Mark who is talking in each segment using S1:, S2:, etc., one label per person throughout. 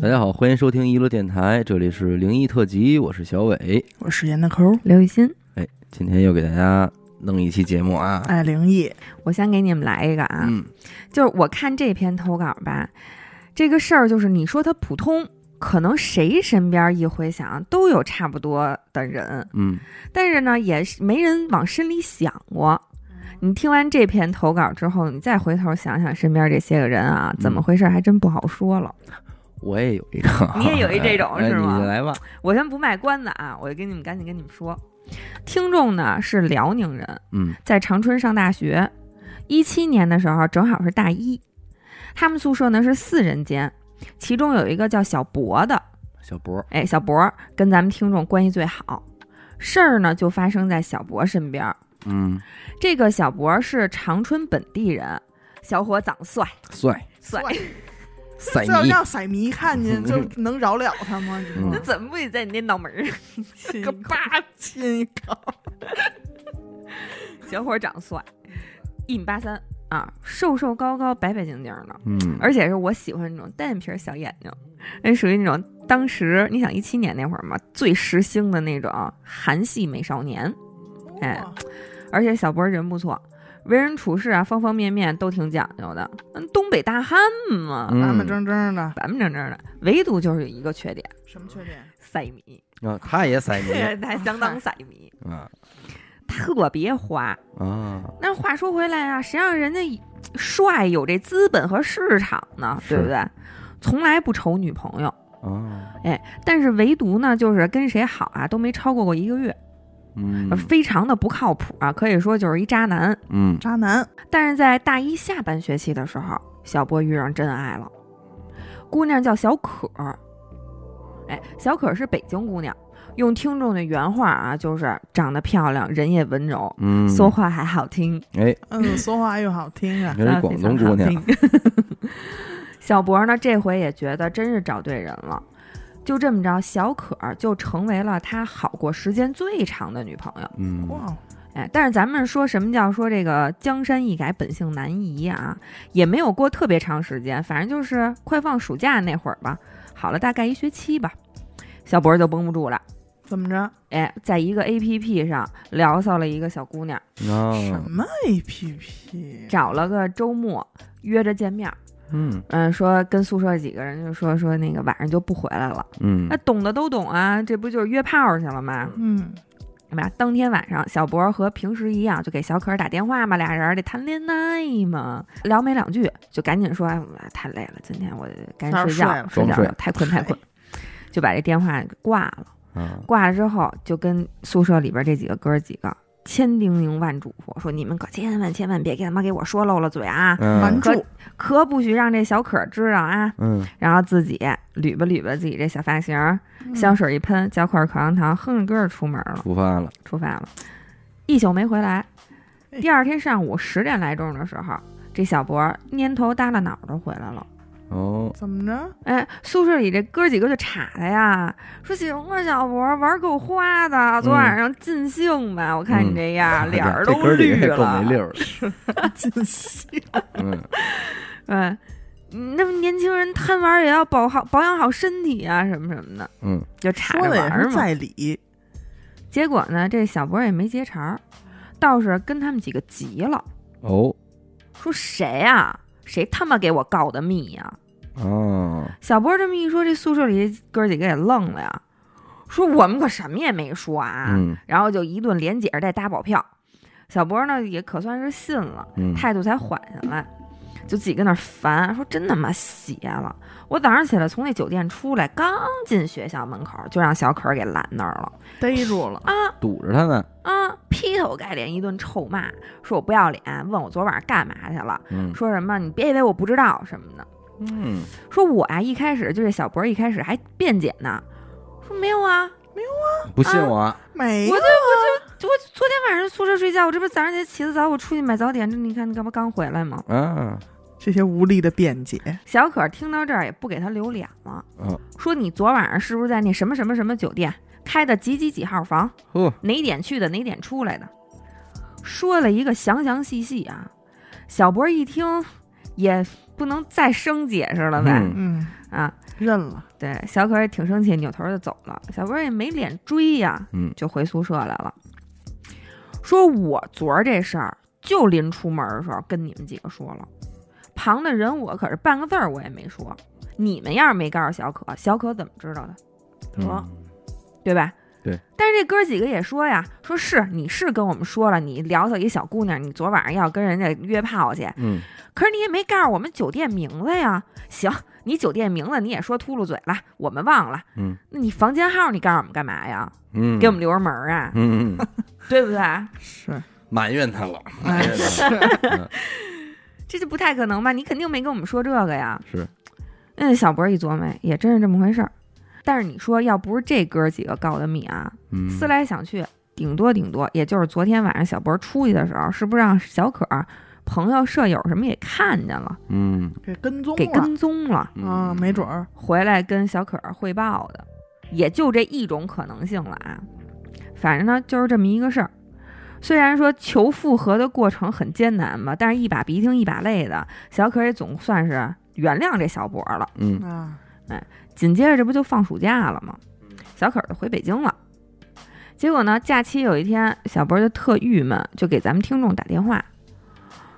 S1: 大家好，欢迎收听一路电台，这里是灵异特辑，我是小伟。
S2: 我是严大抠，
S3: 刘雨欣，
S1: 哎，今天又给大家弄一期节目啊。
S2: 爱灵异，
S3: 我先给你们来一个啊，
S1: 嗯，
S3: 就是我看这篇投稿吧，这个事儿就是你说它普通，可能谁身边一回想都有差不多的人，
S1: 嗯，
S3: 但是呢，也是没人往深里想过。你听完这篇投稿之后，你再回头想想身边这些个人啊，怎么回事还真不好说了。
S1: 我也有一个，
S3: 你也有一这种
S1: 哎
S3: 是吗
S1: 你来吧，
S3: 我先不卖关子啊，我就跟你们赶紧跟你们说，听众呢是辽宁人，
S1: 嗯
S3: 在长春上大学，一七年的时候正好是大一，他们宿舍呢是四人间，其中有一个叫小博的，
S1: 小博，
S3: 哎，小博跟咱们听众关系最好，事儿呢就发生在小博身边儿。
S1: 嗯，
S3: 这个小博是长春本地人，小伙长帅
S1: 帅
S3: 帅，
S1: 赛
S2: 这要
S1: 尼，
S2: 让色迷看见，就能饶了他吗？你说
S3: 那怎么不得在你那脑门儿
S2: 亲一
S3: 个
S2: 口
S3: 疤？
S2: 亲一口，
S3: 小伙长帅，一米八三啊，瘦瘦高高，白白净净的。
S1: 嗯，
S3: 而且是我喜欢那种单眼皮儿小眼睛，那属于那种当时你想一七年那会儿嘛，最时兴的那种韩系美少年。哎
S2: 哇
S3: 而且小博人不错，为人处事啊，方方面面都挺讲究的，嗯，东北大汉嘛，
S1: 嗯
S2: 板板正正的，
S3: 板板正正的。唯独就是有一个缺点，
S2: 什么缺点？
S3: 色迷，
S1: 啊，他也赛尼
S3: 他相当色迷，
S1: 啊
S3: 特别花。
S1: 啊，
S3: 那话说回来啊，谁让人家帅有这资本和市场呢？对不对？从来不愁女朋友。
S1: 啊，
S3: 但是唯独呢，就是跟谁好啊都没超过过一个月，
S1: 嗯
S3: 非常的不靠谱啊，可以说就是一渣男。
S1: 嗯
S2: 渣男，
S3: 但是在大一下半学期的时候，小波遇上真爱了，姑娘叫小可儿，哎，小可儿是北京姑娘，用听众的原话啊，就是长得漂亮，人也温柔，
S1: 嗯，
S3: 说话还好听，
S1: 哎，
S2: 嗯，说话又好听啊
S1: 你，是广东姑娘，
S3: 小博呢，这回也觉得真是找对人了，就这么着，小可儿就成为了他好过时间最长的女朋友。
S1: 嗯
S2: 哇，
S3: 哎，但是咱们说什么叫说这个江山易改，本性难移啊，也没有过特别长时间，反正就是快放暑假那会儿吧，好了，大概一学期吧，小博就绷不住了。
S2: 怎么着？
S3: 哎，在一个 A P P 上聊骚了一个小姑娘，
S1: 啊
S2: 什，么 A P P？
S3: 找了个周末约着见面儿，
S1: 嗯
S3: 嗯，说跟宿舍几个人就说说那个晚上就不回来了，
S1: 嗯
S3: 那懂的都懂啊，这不就是约炮去了吗？
S2: 嗯，
S3: 对吧？当天晚上，小博和平时一样，就给小可儿打电话嘛，俩人儿得谈恋爱嘛，聊没两句就赶紧说，哎，我太累了，今天我赶紧睡
S2: 早
S3: 觉
S2: 点，
S1: 睡了
S3: 觉
S1: 装睡
S3: 了，太困太困，就把这电话给挂了。
S1: 啊，
S3: 挂了之后，就跟宿舍里边这几个哥儿几个千叮咛万嘱咐，说你们可千万千万别给他妈给我说漏了嘴啊，
S2: 瞒
S1: 嗯
S2: 住，
S3: 可不许让这小可儿知道啊。
S1: 嗯
S3: 然后自己捋吧捋吧自己这小发型儿，
S2: 嗯
S3: 香水一喷，嚼块口香糖，哼着歌儿出门了，
S1: 出发了，
S3: 出发了，一宿没回来。
S2: 哎
S3: 第二天上午十点来钟的时候，这小博儿蔫头耷拉脑的回来了。
S1: 哦，
S2: 怎么着？
S3: 哎，宿舍里这哥几个就插他呀，说行啊，小博儿玩儿够花的，昨
S1: 嗯
S3: 晚上尽兴吧，我看你这样，脸儿
S1: 哎这
S3: 都
S1: 哥儿几个
S3: 绿
S1: 也够
S3: 了
S1: 没。溜儿的，
S2: 尽兴，
S1: 嗯
S3: 嗯，你那么年轻人贪玩儿也要保好保养好身体啊，什么什么的，
S1: 嗯
S3: 就插
S2: 说
S3: 着
S2: 的
S3: 玩
S2: 也
S3: 儿
S2: 是
S3: 嘛。
S2: 在理，
S3: 结果呢，这小博也没接茬儿，倒是跟他们几个急了，
S1: 哦
S3: 说谁啊？谁他妈给我告的密呀、
S1: 啊，
S3: 小博这么一说，这宿舍里这哥几个也愣了呀，说我们可什么也没说啊，
S1: 嗯
S3: 然后就一顿连解着带打保票。小博呢也可算是信了，
S1: 嗯，
S3: 态度才缓下来，就自己跟那儿烦，说真他妈邪了！我早上起来从那酒店出来，刚进学校门口就让小可儿给拦那儿了。
S2: 逮住了，
S1: 堵着他呢，
S3: 啊！劈头盖脸一顿臭骂，说我不要脸，问我昨晚干嘛去了，
S1: 嗯
S3: 说什么你别以为我不知道什么的，
S1: 嗯
S3: 说我呀、一开始就这小博一开始还辩解呢，说没有啊，
S1: 不信我啊，
S2: 没
S3: 我
S2: 了，
S3: 我昨天晚上宿舍睡觉，我这不是早上起来起得早，我出去买早点，这你看你干嘛刚回来吗？
S1: 啊
S2: 这些无力的辩解，
S3: 小可听到这儿也不给他留脸了，
S1: 嗯
S3: 说你昨晚上是不是在那什么什么什么酒店开的几几几号房？
S1: 呵，
S3: 哪点去的，哪点出来的，说了一个详详细细啊。小博一听，也不能再生解释了呗，
S1: 嗯
S2: 嗯，
S3: 啊，
S2: 认了，
S3: 对，小可也挺生气，扭头就走了。小波也没脸追呀，
S1: 嗯
S3: 就回宿舍来了。说我昨儿这事儿，就临出门的时候跟你们几个说了，旁的人我可是半个字儿我也没说。你们要是没告诉小可，小可怎么知道的？
S1: 嗯
S3: 对吧？
S1: 对。
S3: 但是这哥几个也说呀，说是你是跟我们说了，你聊到一小姑娘，你昨晚上要跟人家约炮去，
S1: 嗯，
S3: 可是你也没告诉我们酒店名字呀。行，你酒店名字你也说秃噜嘴了，我们忘了。
S1: 嗯，
S3: 那你房间号你告诉我们干嘛呀？
S1: 嗯，
S3: 给我们留着门儿啊，
S1: 嗯，嗯嗯，
S3: 对不对？
S2: 是，
S1: 埋怨他了，埋
S2: 哎，
S1: 怨他了
S2: 是，
S3: 这就不太可能吧？你肯定没跟我们说这个呀。
S1: 是，
S3: 嗯，小博一琢磨，也真是这么回事儿。但是你说，要不是这哥几个告的密啊，
S1: 嗯，
S3: 思来想去，顶多顶多，也就是昨天晚上小博出去的时候，是不是让小可儿朋友、舍友什么也看见了，
S1: 嗯，
S2: 给跟踪
S3: 给
S2: 了
S3: 跟踪了，
S1: 嗯
S2: 啊，没准，儿
S3: 回来跟小可儿汇报的，也就这一种可能性了啊。反正呢，就是这么一个事儿。虽然说求复合的过程很艰难吧，但是一把鼻涕一把泪的，小可儿也总算是原谅这小博了。
S1: 嗯
S2: 啊，
S3: 紧接着这不就放暑假了吗？小可儿就回北京了。结果呢，假期有一天，小博就特郁闷，就给咱们听众打电话，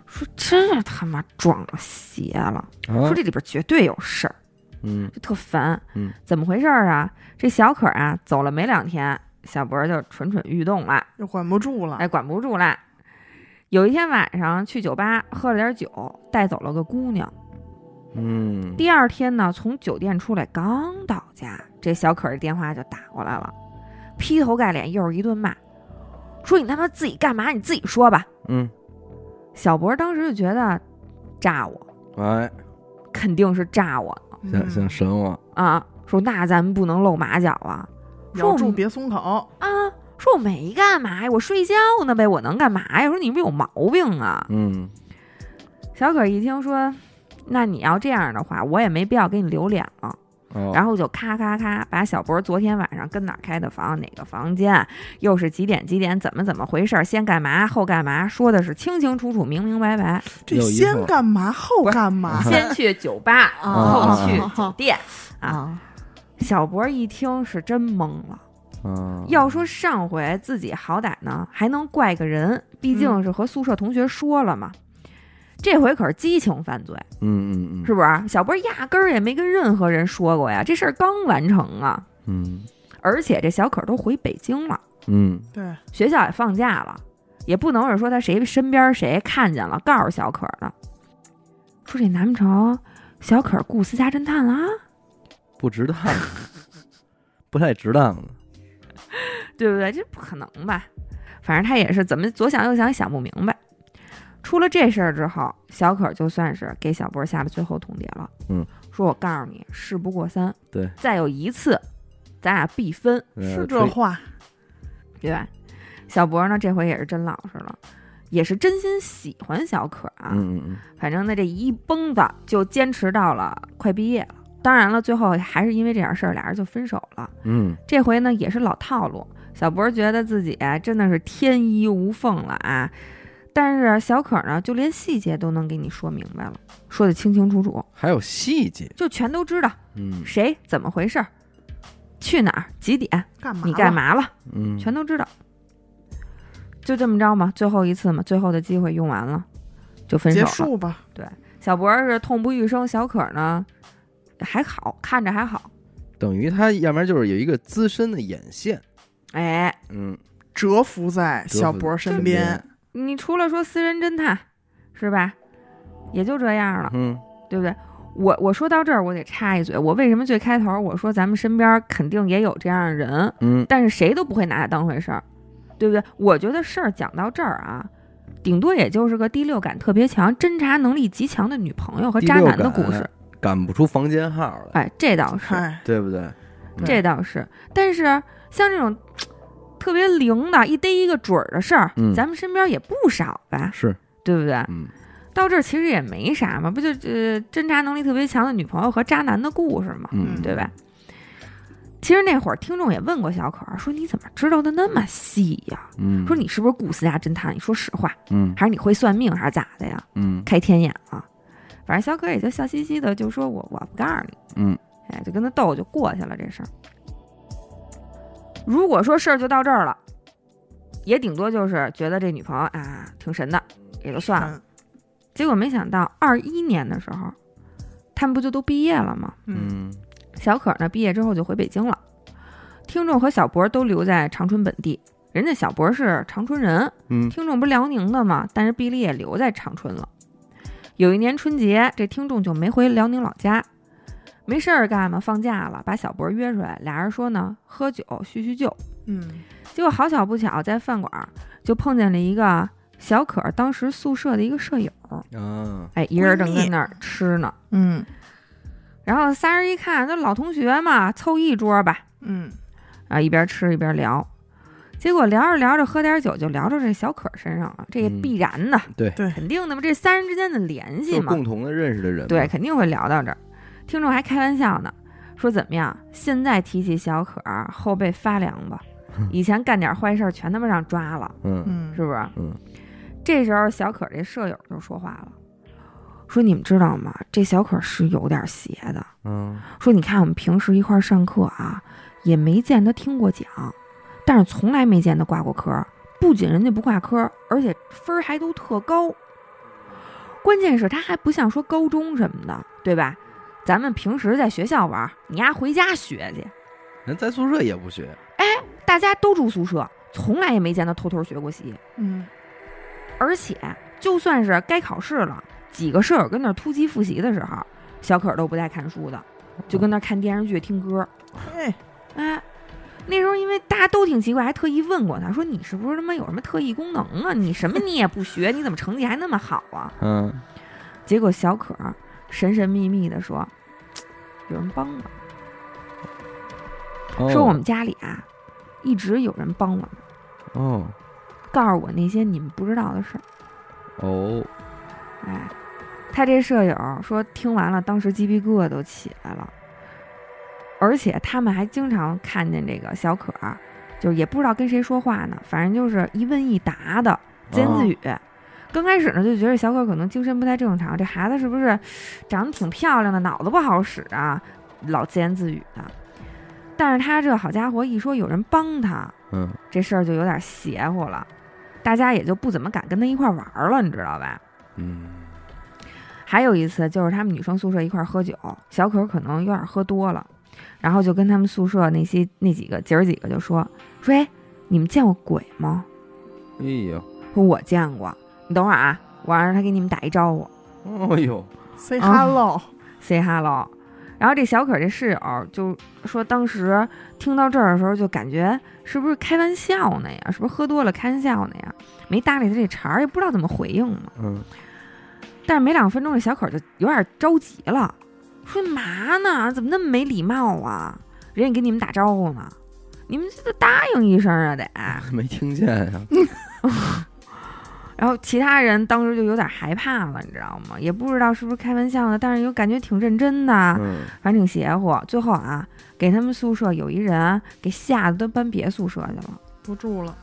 S3: 说真是他妈撞了邪了，
S1: 啊
S3: 说，这里边绝对有事儿，
S1: 嗯
S3: 就特烦。
S1: 嗯，
S3: 怎么回事儿啊？这小可儿啊，走了没两天，小博就蠢蠢欲动了，
S2: 又管不住了，
S3: 哎，管不住了。有一天晚上去酒吧喝了点酒，带走了个姑娘。
S1: 嗯，
S3: 第二天呢，从酒店出来，刚到家，这小可儿电话就打过来了，劈头盖脸又是一顿骂，说你他妈自己干嘛？你自己说吧。
S1: 嗯，
S3: 小博当时就觉得诈我，
S1: 哎，
S3: 肯定是诈我
S1: 想想
S2: 嗯，
S1: 神我，
S3: 啊！说那咱们不能露马脚啊
S2: 咬
S3: 说我
S2: 住
S3: 们
S2: 别松口，
S3: 啊！说我没干嘛呀，我睡觉呢呗，我能干嘛呀？说你们有毛病啊！
S1: 嗯
S3: 小可儿一听说，那你要这样的话，我也没必要给你留脸了。
S1: 哦，
S3: 然后就咔咔咔把小博昨天晚上跟哪儿开的房，哪个房间，又是几点几点，怎么怎么回事儿，先干嘛后干嘛，说的是清清楚楚、明明白白。
S2: 这
S1: 有一
S2: 先
S1: 说
S2: 干嘛后干
S1: 啊
S2: 嘛
S3: 先去酒吧，后去酒店。
S2: 啊？
S3: 小博一听是真懵了。
S1: 啊，
S3: 要说上回自己好歹呢还能怪个人，毕竟是和宿舍同学说了嘛。这回可是激情犯罪，
S1: 嗯嗯嗯，
S3: 是，不是？小博压根儿也没跟任何人说过呀，这事儿刚完成啊，
S1: 嗯
S3: 而且这小可都回北京了。
S1: 嗯
S2: 对，
S3: 学校也放假了，也不能是说他谁身边谁看见了告诉小可的，说这难不成小可雇私家侦探了啊，
S1: 不值当，不太值当的，
S3: 对不对？这不可能吧？反正他也是怎么左想右想想不明白。出了这事儿之后，小可就算是给小波下了最后通牒了。
S1: 嗯，
S3: 说我告诉你，事不过三，
S1: 对，
S3: 再有一次，咱俩必分。
S1: 呃
S2: 是这
S1: 吹
S2: 话，
S3: 对吧？小博呢，这回也是真老实了，也是真心喜欢小可啊。
S1: 嗯嗯
S3: 反正呢，这一蹦子就坚持到了快毕业了。当然了，最后还是因为这点事儿，俩人就分手了。
S1: 嗯
S3: 这回呢，也是老套路。小博觉得自己真的是天衣无缝了啊，但是啊小可呢，就连细节都能给你说明白了，说的清清楚楚，
S1: 嗯，还有细节，
S3: 就全都知道
S1: 嗯
S3: 谁怎么回事儿，去哪儿，几点，
S2: 干嘛？
S3: 你干？嘛了。
S1: 嗯，
S3: 全都知道。
S2: 嗯
S3: 就这么着嘛，最后一次嘛，最后的机会用完了，就分手
S2: 结
S3: 了。
S2: 束吧，
S3: 小博是痛不欲生，小可呢还好看着还好，
S1: 等于他要不然就是有一个资深的眼线，
S3: 哎，
S1: 嗯，
S2: 蛰伏在
S1: 蛰伏
S2: 小博身
S1: 身
S2: 边，
S3: 你除了说私人侦探，是吧？也就这样了，
S1: 嗯
S3: 对不对？我我说到这儿，我得插一嘴，我为什么最开头我说咱们身边肯定也有这样的人，
S1: 嗯
S3: 但是谁都不会拿他当回事儿，对不对？我觉得事儿讲到这儿啊，顶多也就是个第六感特别强、侦查能力极强的女朋友和
S1: 第
S3: 渣
S1: 六
S3: 男的故事
S1: 感。赶不出房间号来，
S3: 哎，这倒是，
S2: 哎，
S1: 对不对？嗯
S3: 这倒是。但是像这种特别灵的、一逮一个准儿的事儿，
S1: 嗯
S3: 咱们身边也不少吧，
S1: 是，
S3: 对不对？
S1: 嗯
S3: 到这儿其实也没啥嘛，不就呃侦查能力特别强的女朋友和渣男的故事嘛，
S1: 嗯，
S3: 对吧？其实那会儿听众也问过小可儿，说你怎么知道的那么细呀、
S1: 嗯，
S3: 说你是不是雇私家侦探？你说实话，
S1: 嗯
S3: 还是你会算命，还是咋的呀？
S1: 嗯
S3: 开天眼了。啊反正小可也就笑嘻嘻的就说我我不告诉你，
S1: 嗯，
S3: 哎，就跟他逗就过去了这事儿。如果说事儿就到这儿了，也顶多就是觉得这女朋友啊挺神的，也就算了。
S2: 嗯
S3: 结果没想到二一年的时候，他们不就都毕业了吗？
S2: 嗯
S1: 嗯
S3: 小可呢，毕业之后就回北京了。听众和小博都留在长春本地，人家小博是长春人，
S1: 嗯
S3: 听众不是辽宁的吗？但是毕了业留在长春了。有一年春节，这听众就没回辽宁老家，没事儿干嘛，放假了，把小博约出来，俩人说呢，喝酒叙叙旧。
S2: 嗯
S3: 结果好巧不巧，在饭馆儿就碰见了一个小可当时宿舍的一个舍友，
S1: 啊，
S3: 哎，一人正
S2: 闺
S3: 跟
S2: 蜜
S3: 那儿吃呢。
S2: 嗯
S3: 然后仨人一看，那老同学嘛，凑一桌吧，
S2: 嗯
S3: 啊，一边吃一边聊。结果聊着聊着，喝点酒就聊到这小可身上了，这也
S1: 嗯
S3: 必然的，
S1: 对
S2: 对
S3: 肯定的嘛，这三人之间的联系
S1: 就
S3: 嘛，
S1: 共同的认识的人嘛，
S3: 对，肯定会聊到这儿。听众还开玩笑呢，说怎么样，现在提起小可后背发凉 吧，以前干点坏事儿全他妈让抓了，
S1: 嗯
S2: 嗯，
S3: 是不是？
S1: 嗯。
S3: 这时候小可这舍友就说话了，说你们知道吗？这小可是有点邪的，
S1: 嗯
S3: 说你看我们平时一块儿上课啊，也没见他听过讲，但是从来没见他挂过科。不仅人家不挂科，而且分儿还都特高。关键是他还不像说高中什么的，对吧？咱们平时在学校玩儿，你丫回家学去。
S1: 人在宿舍也不学，
S3: 大家都住宿舍，从来也没见他偷偷学过习。
S2: 嗯
S3: 而且就算是该考试了，几个舍友跟那儿突击复习的时候，小可都不带看书的，就跟那儿看电视剧、听歌。
S2: 哎
S3: 哎，那时候因为大家都挺奇怪，还特意问过他说：“你是不是他妈有什么特异功能啊？你什么你也不学，你怎么成绩还那么好啊
S1: 嗯，？”
S3: 结果小可儿神神秘秘的说：“有人帮我，
S1: 哦
S3: 说我们家里啊，一直有人帮我们，
S1: 哦
S3: 告诉我那些你们不知道的事儿。
S1: 哦，”
S3: 哎，他这舍友说听完了，当时鸡皮疙瘩都起来了。而且他们还经常看见这个小可儿，就是也不知道跟谁说话呢，反正就是一问一答的，自言自
S1: 语，
S3: 语。刚开始呢，就觉得小可可能精神不太正常，这孩子是不是长得挺漂亮的，脑子不好使啊，老自言自语的。但是他这好家伙一说有人帮他，
S1: 嗯
S3: 这事儿就有点邪乎了，大家也就不怎么敢跟他一块儿玩儿了，你知道吧？
S1: 嗯
S3: 还有一次就是他们女生宿舍一块儿喝酒，小可可能有点喝多了，然后就跟他们宿舍那些那几个姐儿几个就说说，哎，你们见过鬼吗？
S1: 哎呦，
S3: 说我见过，你等会儿啊，我让他给你们打一招呼。
S1: 哦呦，
S2: ，say
S3: 啊
S2: hello，
S3: say hello。然后这小可这室友就说，当时听到这儿的时候就感觉是不是开玩笑呢呀？是不是喝多了开玩笑呢呀？没搭理他这茬儿，也不知道怎么回应嘛。
S1: 嗯
S3: 但是没两分钟，这小可就有点着急了，说嘛呢？怎么那么没礼貌啊？人家给你们打招呼呢，你们这都答应一声 啊得。
S1: 没听见啊呀，
S3: 然后其他人当时就有点害怕了，你知道吗？也不知道是不是开玩笑的，但是又感觉挺认真的。
S1: 嗯
S3: 反正挺邪乎。最后啊，给他们宿舍有一人给吓得都搬别宿舍去了。
S2: 不住了，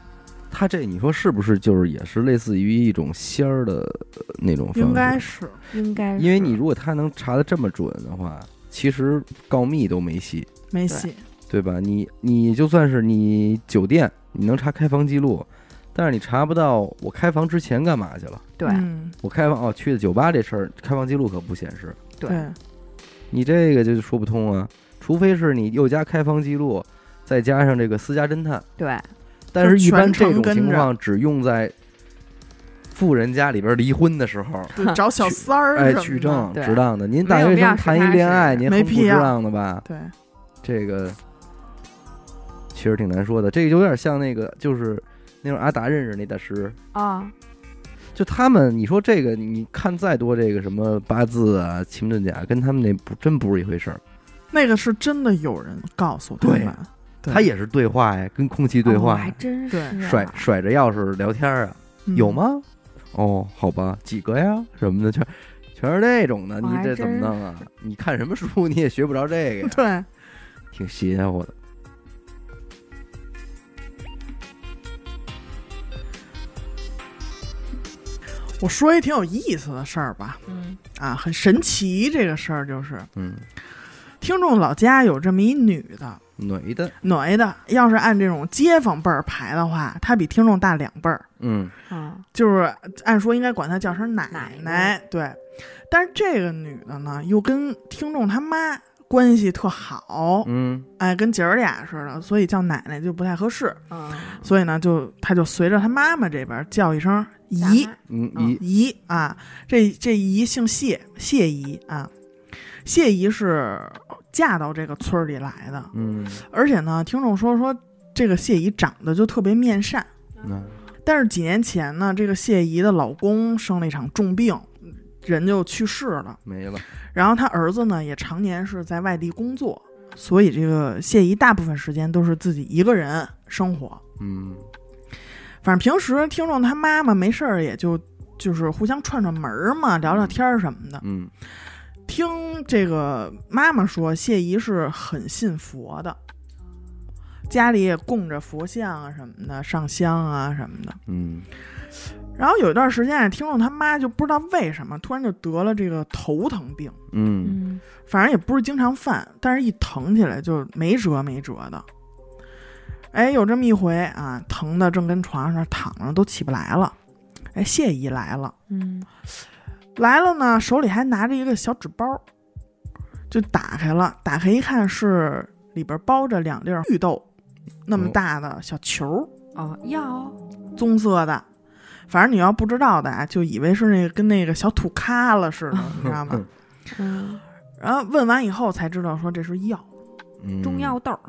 S1: 他这你说是不是就是也是类似于一种仙儿的呃那种方式？
S2: 应该是
S3: 应该是
S1: 因为你如果他能查的这么准的话，其实告密都没戏，
S2: 没戏，
S1: 对吧？你你就算是你酒店，你能查开房记录，但是你查不到我开房之前干嘛去了。
S3: 对、
S2: 嗯
S1: 我开房哦，去的酒吧这事儿，开房记录可不显示，
S3: 对
S2: 对，
S1: 你这个就说不通啊。除非是你又加开房记录，再加上这个私家侦探，
S3: 对，
S1: 但是一般这
S2: 全程
S1: 种
S2: 跟着
S1: 情况只用在富人家里边离婚的时候，
S2: 对找小三儿
S1: 哎，
S2: 什么
S1: 取
S2: 的
S1: 证
S3: 对
S1: 值当的。您
S3: 没
S1: 大
S3: 有
S1: 学
S3: 必要
S1: 生谈
S3: 实
S1: 一
S3: 打
S1: 恋
S3: 实
S1: 爱，您
S2: 没
S1: 很不
S2: 必
S1: 值
S2: 要
S1: 当的吧？
S2: 对，
S1: 这个确实挺难说的。这个有点像那个，就是那种阿达认识那大师，
S3: 啊，
S1: 就他们，你说这个，你看再多这个什么八字啊、奇门遁甲，跟他们那不真不是一回事儿。
S2: 那个是真的有人告诉他
S1: 对
S2: 们，对
S1: 他也是对话呀，跟空气对
S3: 哦
S1: 话
S3: 还
S1: 呀，
S3: 真是、
S2: 对
S3: 啊、
S1: 甩甩着钥匙聊天啊，
S2: 嗯
S1: 有？吗？哦，好吧，几个呀什么的，全全是这种的，
S3: 哦
S1: 你
S3: 还
S1: 这怎么
S3: 真
S1: 弄啊？你看什么书你也学不着这个呀，
S2: 对，
S1: 挺邪乎的。
S2: 我说一挺有意思的事儿吧，
S3: 嗯
S2: 啊，很神奇这个事儿就是，
S1: 嗯，
S2: 听众老家有这么一女的，
S1: 女的，
S2: 女的，要是按这种街坊辈儿排的话，她比听众大两辈儿，
S1: 嗯
S3: 啊，
S2: 就是按说应该管她叫声奶
S3: 奶奶
S2: 奶，对。但是这个女的呢，又跟听众他妈关系特好，
S1: 嗯
S2: 哎，跟姐儿俩似的，所以叫奶奶就不太合适。
S3: 嗯，
S2: 所以呢，就她就随着她妈妈这边叫一声姨
S1: 嗯
S3: 嗯
S1: 一
S2: 姨啊，这这姨姓谢，谢姨啊，谢姨是嫁到这个村儿里来的，
S1: 嗯，
S2: 而且呢，听众说说这个谢姨长得就特别面善，
S1: 那
S2: 但是几年前呢，这个谢姨的老公生了一场重病，人就去世了，
S1: 没了，
S2: 然后她儿子呢也常年是在外地工作，所以这个谢姨大部分时间都是自己一个人生活。
S1: 嗯
S2: 反正平时听众他妈妈没事儿也就就是互相串串门儿嘛，聊聊天儿什么的。
S1: 嗯
S2: 听这个妈妈说，谢姨是很信佛的，家里也供着佛像啊什么的，上香啊什么的。
S1: 嗯
S2: 然后有一段时间，听众他妈就不知道为什么突然就得了这个头疼病，
S1: 嗯
S3: 嗯
S2: 反正也不是经常犯，但是一疼起来就没辙没辙的。哎，有这么一回啊，疼的正跟床上躺着都起不来了。哎，谢姨来了，
S3: 嗯
S2: 来了呢，手里还拿着一个小纸包，就打开了，打开一看是里边包着两粒儿绿豆，那么
S1: 哦
S2: 大的小球儿，
S3: 哦，要
S2: 棕色的。反正你要不知道的啊，就以为是那个跟那个小土咖了似的，你知道吗？
S3: 嗯
S2: 然后问完以后才知道说这是药。
S1: 嗯，
S3: 中药豆儿，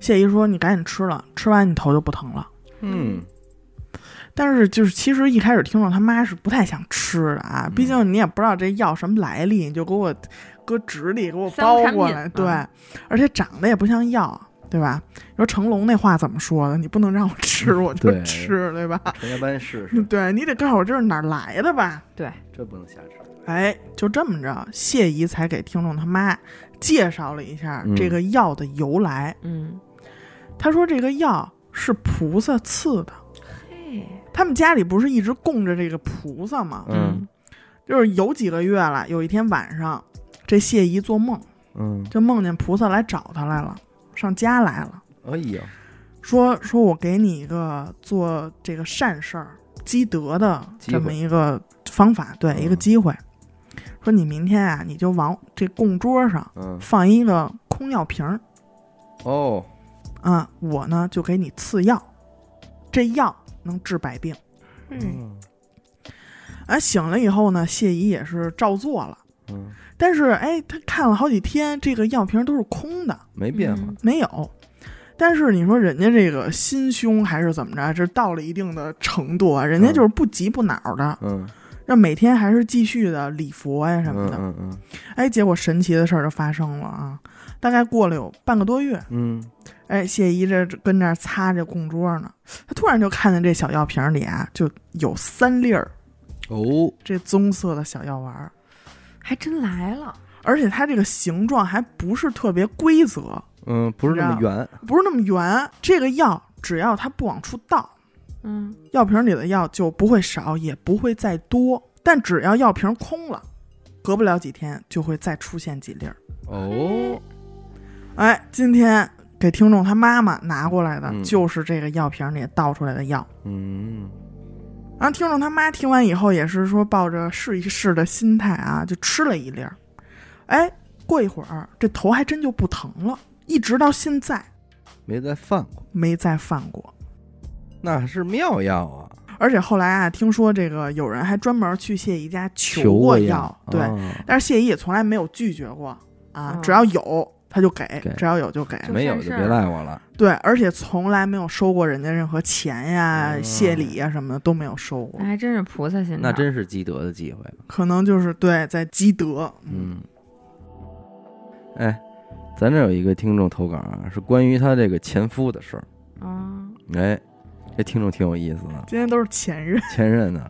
S2: 谢姨说：“你赶紧吃了，吃完你头就不疼了。
S1: 嗯，
S2: 但是就是其实一开始听众他妈是不太想吃的啊，
S1: 嗯
S2: 毕竟你也不知道这药什么来历，你就给我搁纸里给我
S3: 三无
S2: 包
S3: 产
S2: 过
S3: 品
S2: 来，
S3: 啊
S2: 对，而且长得也不像药，对吧？你说成龙那话怎么说的？你不能让我吃，
S3: 嗯
S2: 我就
S1: 对
S2: 吃，对吧？
S1: 传家班试试，
S2: 对你得告诉我这是哪儿来的吧？
S3: 对，
S1: 这不能瞎吃，
S2: 哎，就这么着，谢姨才给听众他妈介绍了一下这个药的由来。
S3: 嗯，
S2: 他说这个药是菩萨赐的。
S3: 嘿，
S2: 他们家里不是一直供着这个菩萨吗？
S1: 嗯
S2: 就是有几个月了，有一天晚上，这谢姨做梦，
S1: 嗯，
S2: 就梦见菩萨来找她来了，上家来了，
S1: 哎呀，
S2: 说说我给你一个做这个善事儿积德的
S1: 机会
S2: 这么一个方法，对，
S1: 嗯
S2: 一个机会。说你明天啊，你就往这供桌上
S1: 嗯
S2: 放一个空药瓶儿
S1: 哦，
S2: 啊，我呢就给你赐药，这药能治百病。
S3: 嗯
S2: 啊，醒了以后呢，谢姨也是照做了。
S1: 嗯，
S2: 但是哎，他看了好几天，这个药瓶都是空的，
S1: 没变化，
S3: 嗯
S2: 没有。但是你说人家这个心胸还是怎么着，这到了一定的程度啊，人家就是不急不恼的，
S1: 嗯
S2: 那、每天还是继续的礼佛呀、什么
S1: 嗯
S2: 的。
S1: 嗯
S2: 哎，结果神奇的事儿就发生了啊！大概过了有半个多月，
S1: 嗯
S2: 哎，谢姨这跟那儿擦着供桌呢，她突然就看见这小药瓶里啊，就有三粒儿
S1: 嗯，哦，
S2: 这棕色的小药丸儿，
S3: 还真来了，
S2: 而且它这个形状还不是特别规则，
S1: 嗯，不是那么圆，
S2: 不是那么圆。这个药只要它不往出倒，
S3: 嗯
S2: 药瓶里的药就不会少，也不会再多。但只要药瓶空了，隔不了几天就会再出现几粒儿。
S1: 哦，
S2: 哎，今天给听众他妈妈拿过来的
S1: 嗯
S2: 就是这个药瓶里倒出来的药。
S1: 嗯
S2: 然后听众他妈听完以后也是说抱着试一试的心态啊，就吃了一粒儿。哎，过一会儿这头还真就不疼了，一直到现在
S1: 没再犯过，
S2: 没再犯过。
S1: 那是妙药啊，
S2: 而且后来啊，听说这个有人还专门去谢姨家
S1: 求
S2: 求过药，
S1: 药，
S2: 对，
S1: 啊
S2: 但是谢姨也从来没有拒绝过啊，
S3: 嗯
S2: 只要有他就给，
S1: 给
S2: 只要有就给，
S3: 就
S1: 没有就别赖我了，
S2: 对，而且从来没有收过人家任何钱呀、
S1: 嗯
S2: 谢礼呀什么的都没有收过
S3: 那，还真是菩萨心肠，
S1: 那真是积德的机会，
S2: 可能就是对在积德，
S1: 嗯，哎，咱这有一个听众投稿啊，是关于他这个前夫的事儿，
S3: 啊，
S1: 哎，这听众挺有意思的，
S2: 今天都是前任，
S1: 前任呢，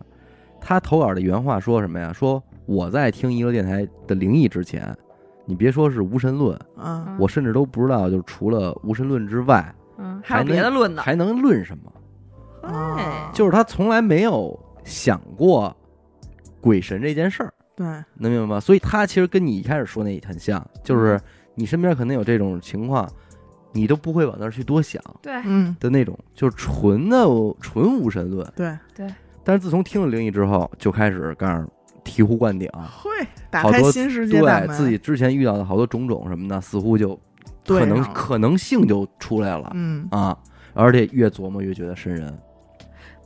S1: 他投稿的原话说什么呀？说我在听一乐电台的灵异之前，你别说是无神论，
S2: 嗯，
S1: 我甚至都不知道，就是除了无神论之外，
S3: 嗯，
S1: 还
S3: 还有别的
S1: 能
S3: 论呢，
S1: 还能论什么？
S2: 啊
S3: 哎
S1: 就是他从来没有想过鬼神这件事儿，
S2: 对，
S1: 能明白吗？所以他其实跟你一开始说那也很像，就是你身边可能有这种情况，你都不会往那儿去多想
S3: 对
S2: 嗯，
S1: 的那种，就是纯的纯无神论。
S2: 对，
S1: 但是自从听了灵异之后，就开始告诉醍醐灌顶，啊
S2: 会 打
S1: 好
S2: 开
S1: 多
S2: 新世界大
S1: 对
S2: 门，
S1: 自己之前遇到的好多种种什么的，似乎就
S2: 对
S1: 可能
S2: 上了
S1: 可能性就出来了、
S2: 嗯，
S1: 啊，而且越琢磨越觉得瘆人。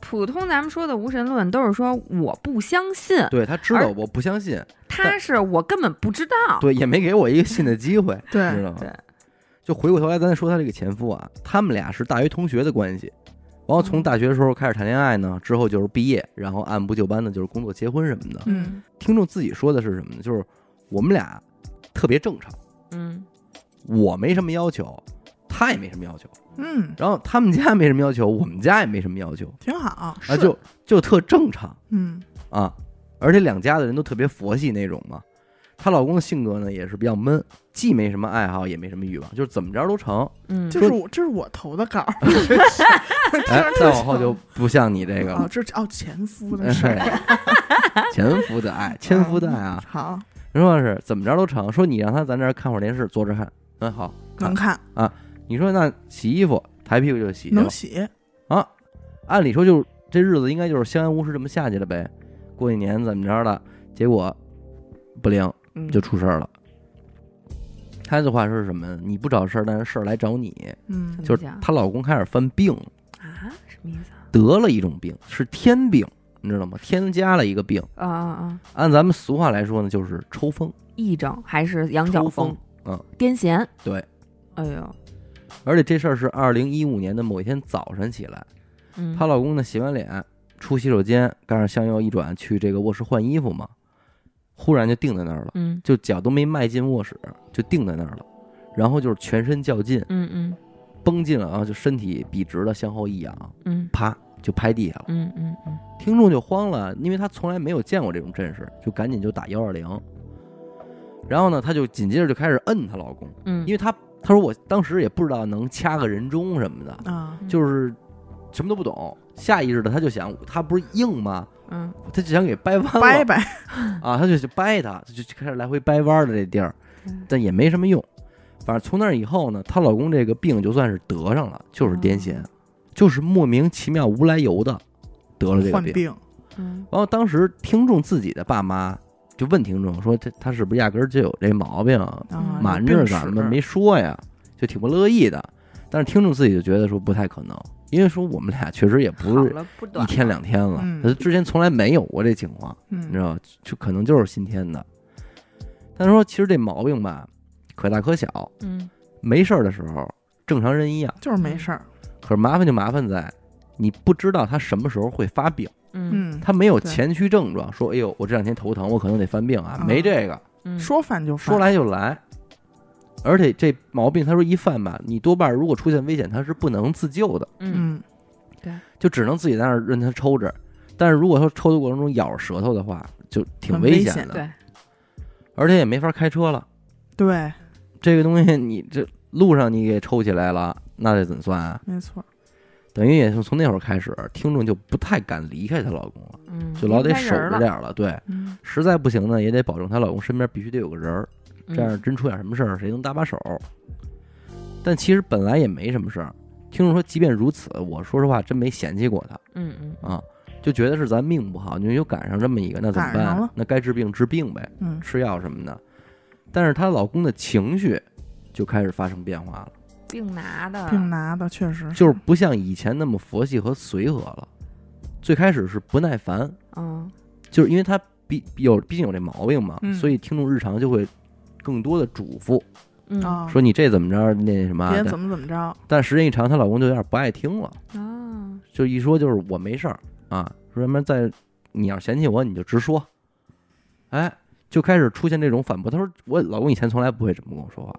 S3: 普通咱们说的无神论都是说我不相信，
S1: 对他知道
S3: 而
S1: 我不相信，
S3: 他是我根本不知道。
S1: 对也没给我一个信的机会，知
S2: 对，
S1: 道吗
S3: 嗯对？
S1: 就回过头来，咱再说他这个前夫啊，他们俩是大学同学的关系，然后
S3: 嗯
S1: 从大学的时候开始谈恋爱呢，之后就是毕业，然后按部就班的就是工作、结婚什么的。
S2: 嗯
S1: 听众自己说的是什么呢？就是我们俩特别正常，
S3: 嗯
S1: 我没什么要求，他也没什么要求，
S2: 嗯，
S1: 然后他们家没什么要求，我们家也没什么要求
S2: 挺好，
S1: 啊，
S3: 是
S1: 就就特正常
S2: 嗯
S1: 啊，而且两家的人都特别佛系那种嘛。她老公的性格呢也是比较闷，既没什么爱好，也没什么欲望，就是怎么着都成。
S3: 嗯，
S2: 这
S1: 说
S2: 是我这是我投的稿儿，
S1: 哎，再往后 就不像你这个
S2: 哦
S1: 了，。
S2: 这是哦前 夫的事儿，
S1: 哎前夫的爱，前夫的爱啊，
S2: 好
S1: 人说是怎么着都成。说你让他咱这儿看会儿电视，坐着看，嗯好。
S2: 能看
S1: 你说那洗衣服，抬屁股就洗去了
S2: 能。洗，
S1: 按理说就这日子应该就是相安无事这么下去了呗。过一年怎么着的，结果不灵，
S3: 嗯
S1: 就出事儿了。他这话说是什么？你不找事儿，但是事儿来找你。
S2: 嗯
S3: 怎么
S1: 就是
S3: 讲
S1: 她老公开始犯病，
S3: 啊，什么意思啊？
S1: 得了一种病，是天病，你知道吗？添加了一个病。
S3: 啊啊啊！
S1: 按咱们俗话来说呢，就是抽风，
S3: 癔症还是羊角
S1: 抽
S3: 风
S1: 风，，嗯，
S3: 癫痫。
S1: 对，
S3: 哎呦，
S1: 而且这事儿是二零一五年的某一天早晨起来，
S3: 嗯，
S1: 她老公呢洗完脸出洗手间，赶上向右一转去这个卧室换衣服嘛，忽然就定在那儿了，
S3: 嗯
S1: 就脚都没迈进卧室就定在那儿了，然后就是全身较劲，
S3: 嗯嗯
S1: 绷紧了，然后就身体笔直的向后一仰，
S3: 嗯
S1: 啪就拍地下 了。
S3: 嗯嗯嗯，
S1: 听众就慌了，因为他从来没有见过这种阵势，就赶紧就打幺二零。然后呢，她就紧接着就开始摁她老公，
S3: 嗯，
S1: 因为她她说我当时也不知道能掐个人中什么的，
S2: 啊，
S1: 就是什么都不懂，下意识的她就想，她不是硬吗？
S3: 嗯
S1: 她就想给掰弯了
S2: 掰掰，
S1: 啊，她就去掰她，就就开始来回掰弯的这地儿
S3: 嗯，
S1: 但也没什么用。反正从那以后呢，她老公这个病就算是得上了，就是癫痫，就是莫名其妙无来由的得了这个
S2: 患
S1: 病。
S2: 病，
S3: 嗯
S1: 然后当时听众自己的爸妈就问听众说：“这他是不是压根儿就有这毛病啊，
S2: 啊
S3: 嗯
S1: 瞒着咱们
S2: 病史
S1: 没说呀？”就挺不乐意的。但是听众自己就觉得说不太可能，因为说我们俩确实也不
S3: 好
S1: 是
S3: 了不
S1: 嗯一
S3: 短
S1: 天
S3: 了
S1: 两天了，
S2: 嗯
S1: 他之前从来没有过这情况，你知
S2: 嗯
S1: 道，就可能就是新添的。但是说其实这毛病吧，可大可小，
S3: 嗯
S1: 没事儿的时候正常人一样，
S2: 就是没事儿，
S1: 可是麻烦就麻烦在你不知道他什么时候会发病。
S3: 嗯
S2: 嗯，
S1: 他没有
S2: 对
S1: 前驱症状，说哎呦，我这两天头疼，我可能得犯病啊
S2: 啊，
S1: 没这个，
S3: 嗯，
S2: 说犯就犯
S1: 说，来就来。而且这毛病，他说一犯吧，你多半如果出现危险，他是不能自救的，
S3: 嗯
S2: 嗯
S1: 就只能自己在那儿任他抽着。但是如果说抽的过程中咬着舌头的话，就挺
S2: 很
S1: 危
S2: 危
S1: 险
S2: 险
S1: 的，
S3: 对，
S1: 而且也没法开车了。
S2: 对，
S1: 这个东西你这路上你给抽起来了，那得怎么算啊？
S2: 没错，
S1: 等于也是从那会儿开始，听众就不太敢离开她老公了，
S3: 嗯，
S1: 就老得
S3: 明白
S1: 守
S3: 人儿
S1: 着
S3: 了，
S1: 点儿了。对，
S2: 嗯
S1: 实在不行呢，也得保证她老公身边必须得有个人儿。
S3: 嗯
S1: 这样真出点什么事儿，谁能搭把手？但其实本来也没什么事儿。听众说，即便如此，我说实话真没嫌弃过他
S3: 嗯嗯
S1: 啊，就觉得是咱命不好，你又赶上这么一个，那怎么
S2: 赶上
S1: 办
S2: 了？
S1: 那该治病治病呗，
S2: 嗯，
S1: 吃药什么的。但是她老公的情绪就开始发生变化了，
S3: 病拿的，
S2: 病拿的确实
S1: 就是不像以前那么佛系和随和了。最开始是不耐烦，
S3: 嗯
S1: 就是因为她毕有毕竟有这毛病嘛，
S2: 嗯
S1: 所以听众日常就会更多的嘱咐，
S3: 嗯啊
S2: 啊，
S1: 说你这怎么着，那什么啊，
S2: 别
S1: 那
S2: 怎么怎么着，
S1: 但时间一长，她老公就有点不爱听了，
S3: 啊
S1: 就一说就是我没事儿啊，说什么在你要嫌弃我，你就直说，哎，就开始出现这种反驳。她说我老公以前从来不会这么跟我说话，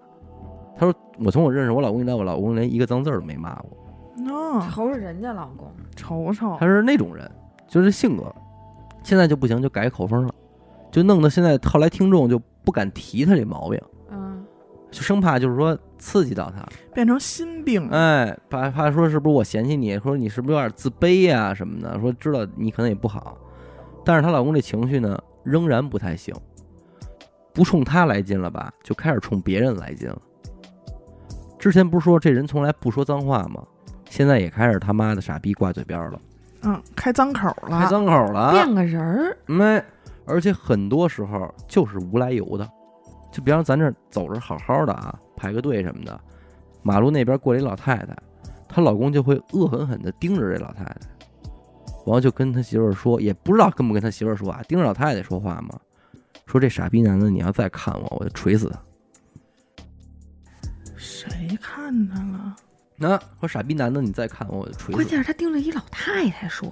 S1: 她说我从我认识我老公以来，我老公连一个脏字儿都没骂我，
S2: 哦，
S3: 瞅着人家老公，
S2: 瞅瞅
S1: 她，是那种人，就是性格。现在就不行，就改口风了，就弄得现在后来听众就不敢提她这毛病，
S3: 嗯
S1: 就生怕就是说刺激到她。
S2: 变成心病了，
S1: 哎，怕怕说是不是我嫌弃你，说你是不是有点自卑呀、什么的，说知道你可能也不好，但是她老公这情绪呢，仍然不太行，不冲他来劲了吧，就开始冲别人来劲了。之前不是说这人从来不说脏话吗？现在也开始他妈的傻逼挂嘴边了，
S2: 嗯，开脏口了，
S1: 开脏口了啊，
S3: 变个人儿，
S1: 没，哎而且很多时候就是无来由的，就比方咱这儿走着好好的啊，排个队什么的，马路那边过来一老太太，她老公就会恶狠狠地盯着这老太太，然后就跟他媳妇儿说，也不知道跟不跟他媳妇儿说啊，盯着老太太说话嘛，说这傻逼男的，你要再看我，我就锤死他。
S2: 谁看他了？
S1: 那、啊说傻逼男的，你再看我，我就锤死
S3: 关
S1: 他。
S3: 键是他盯着一老太太说，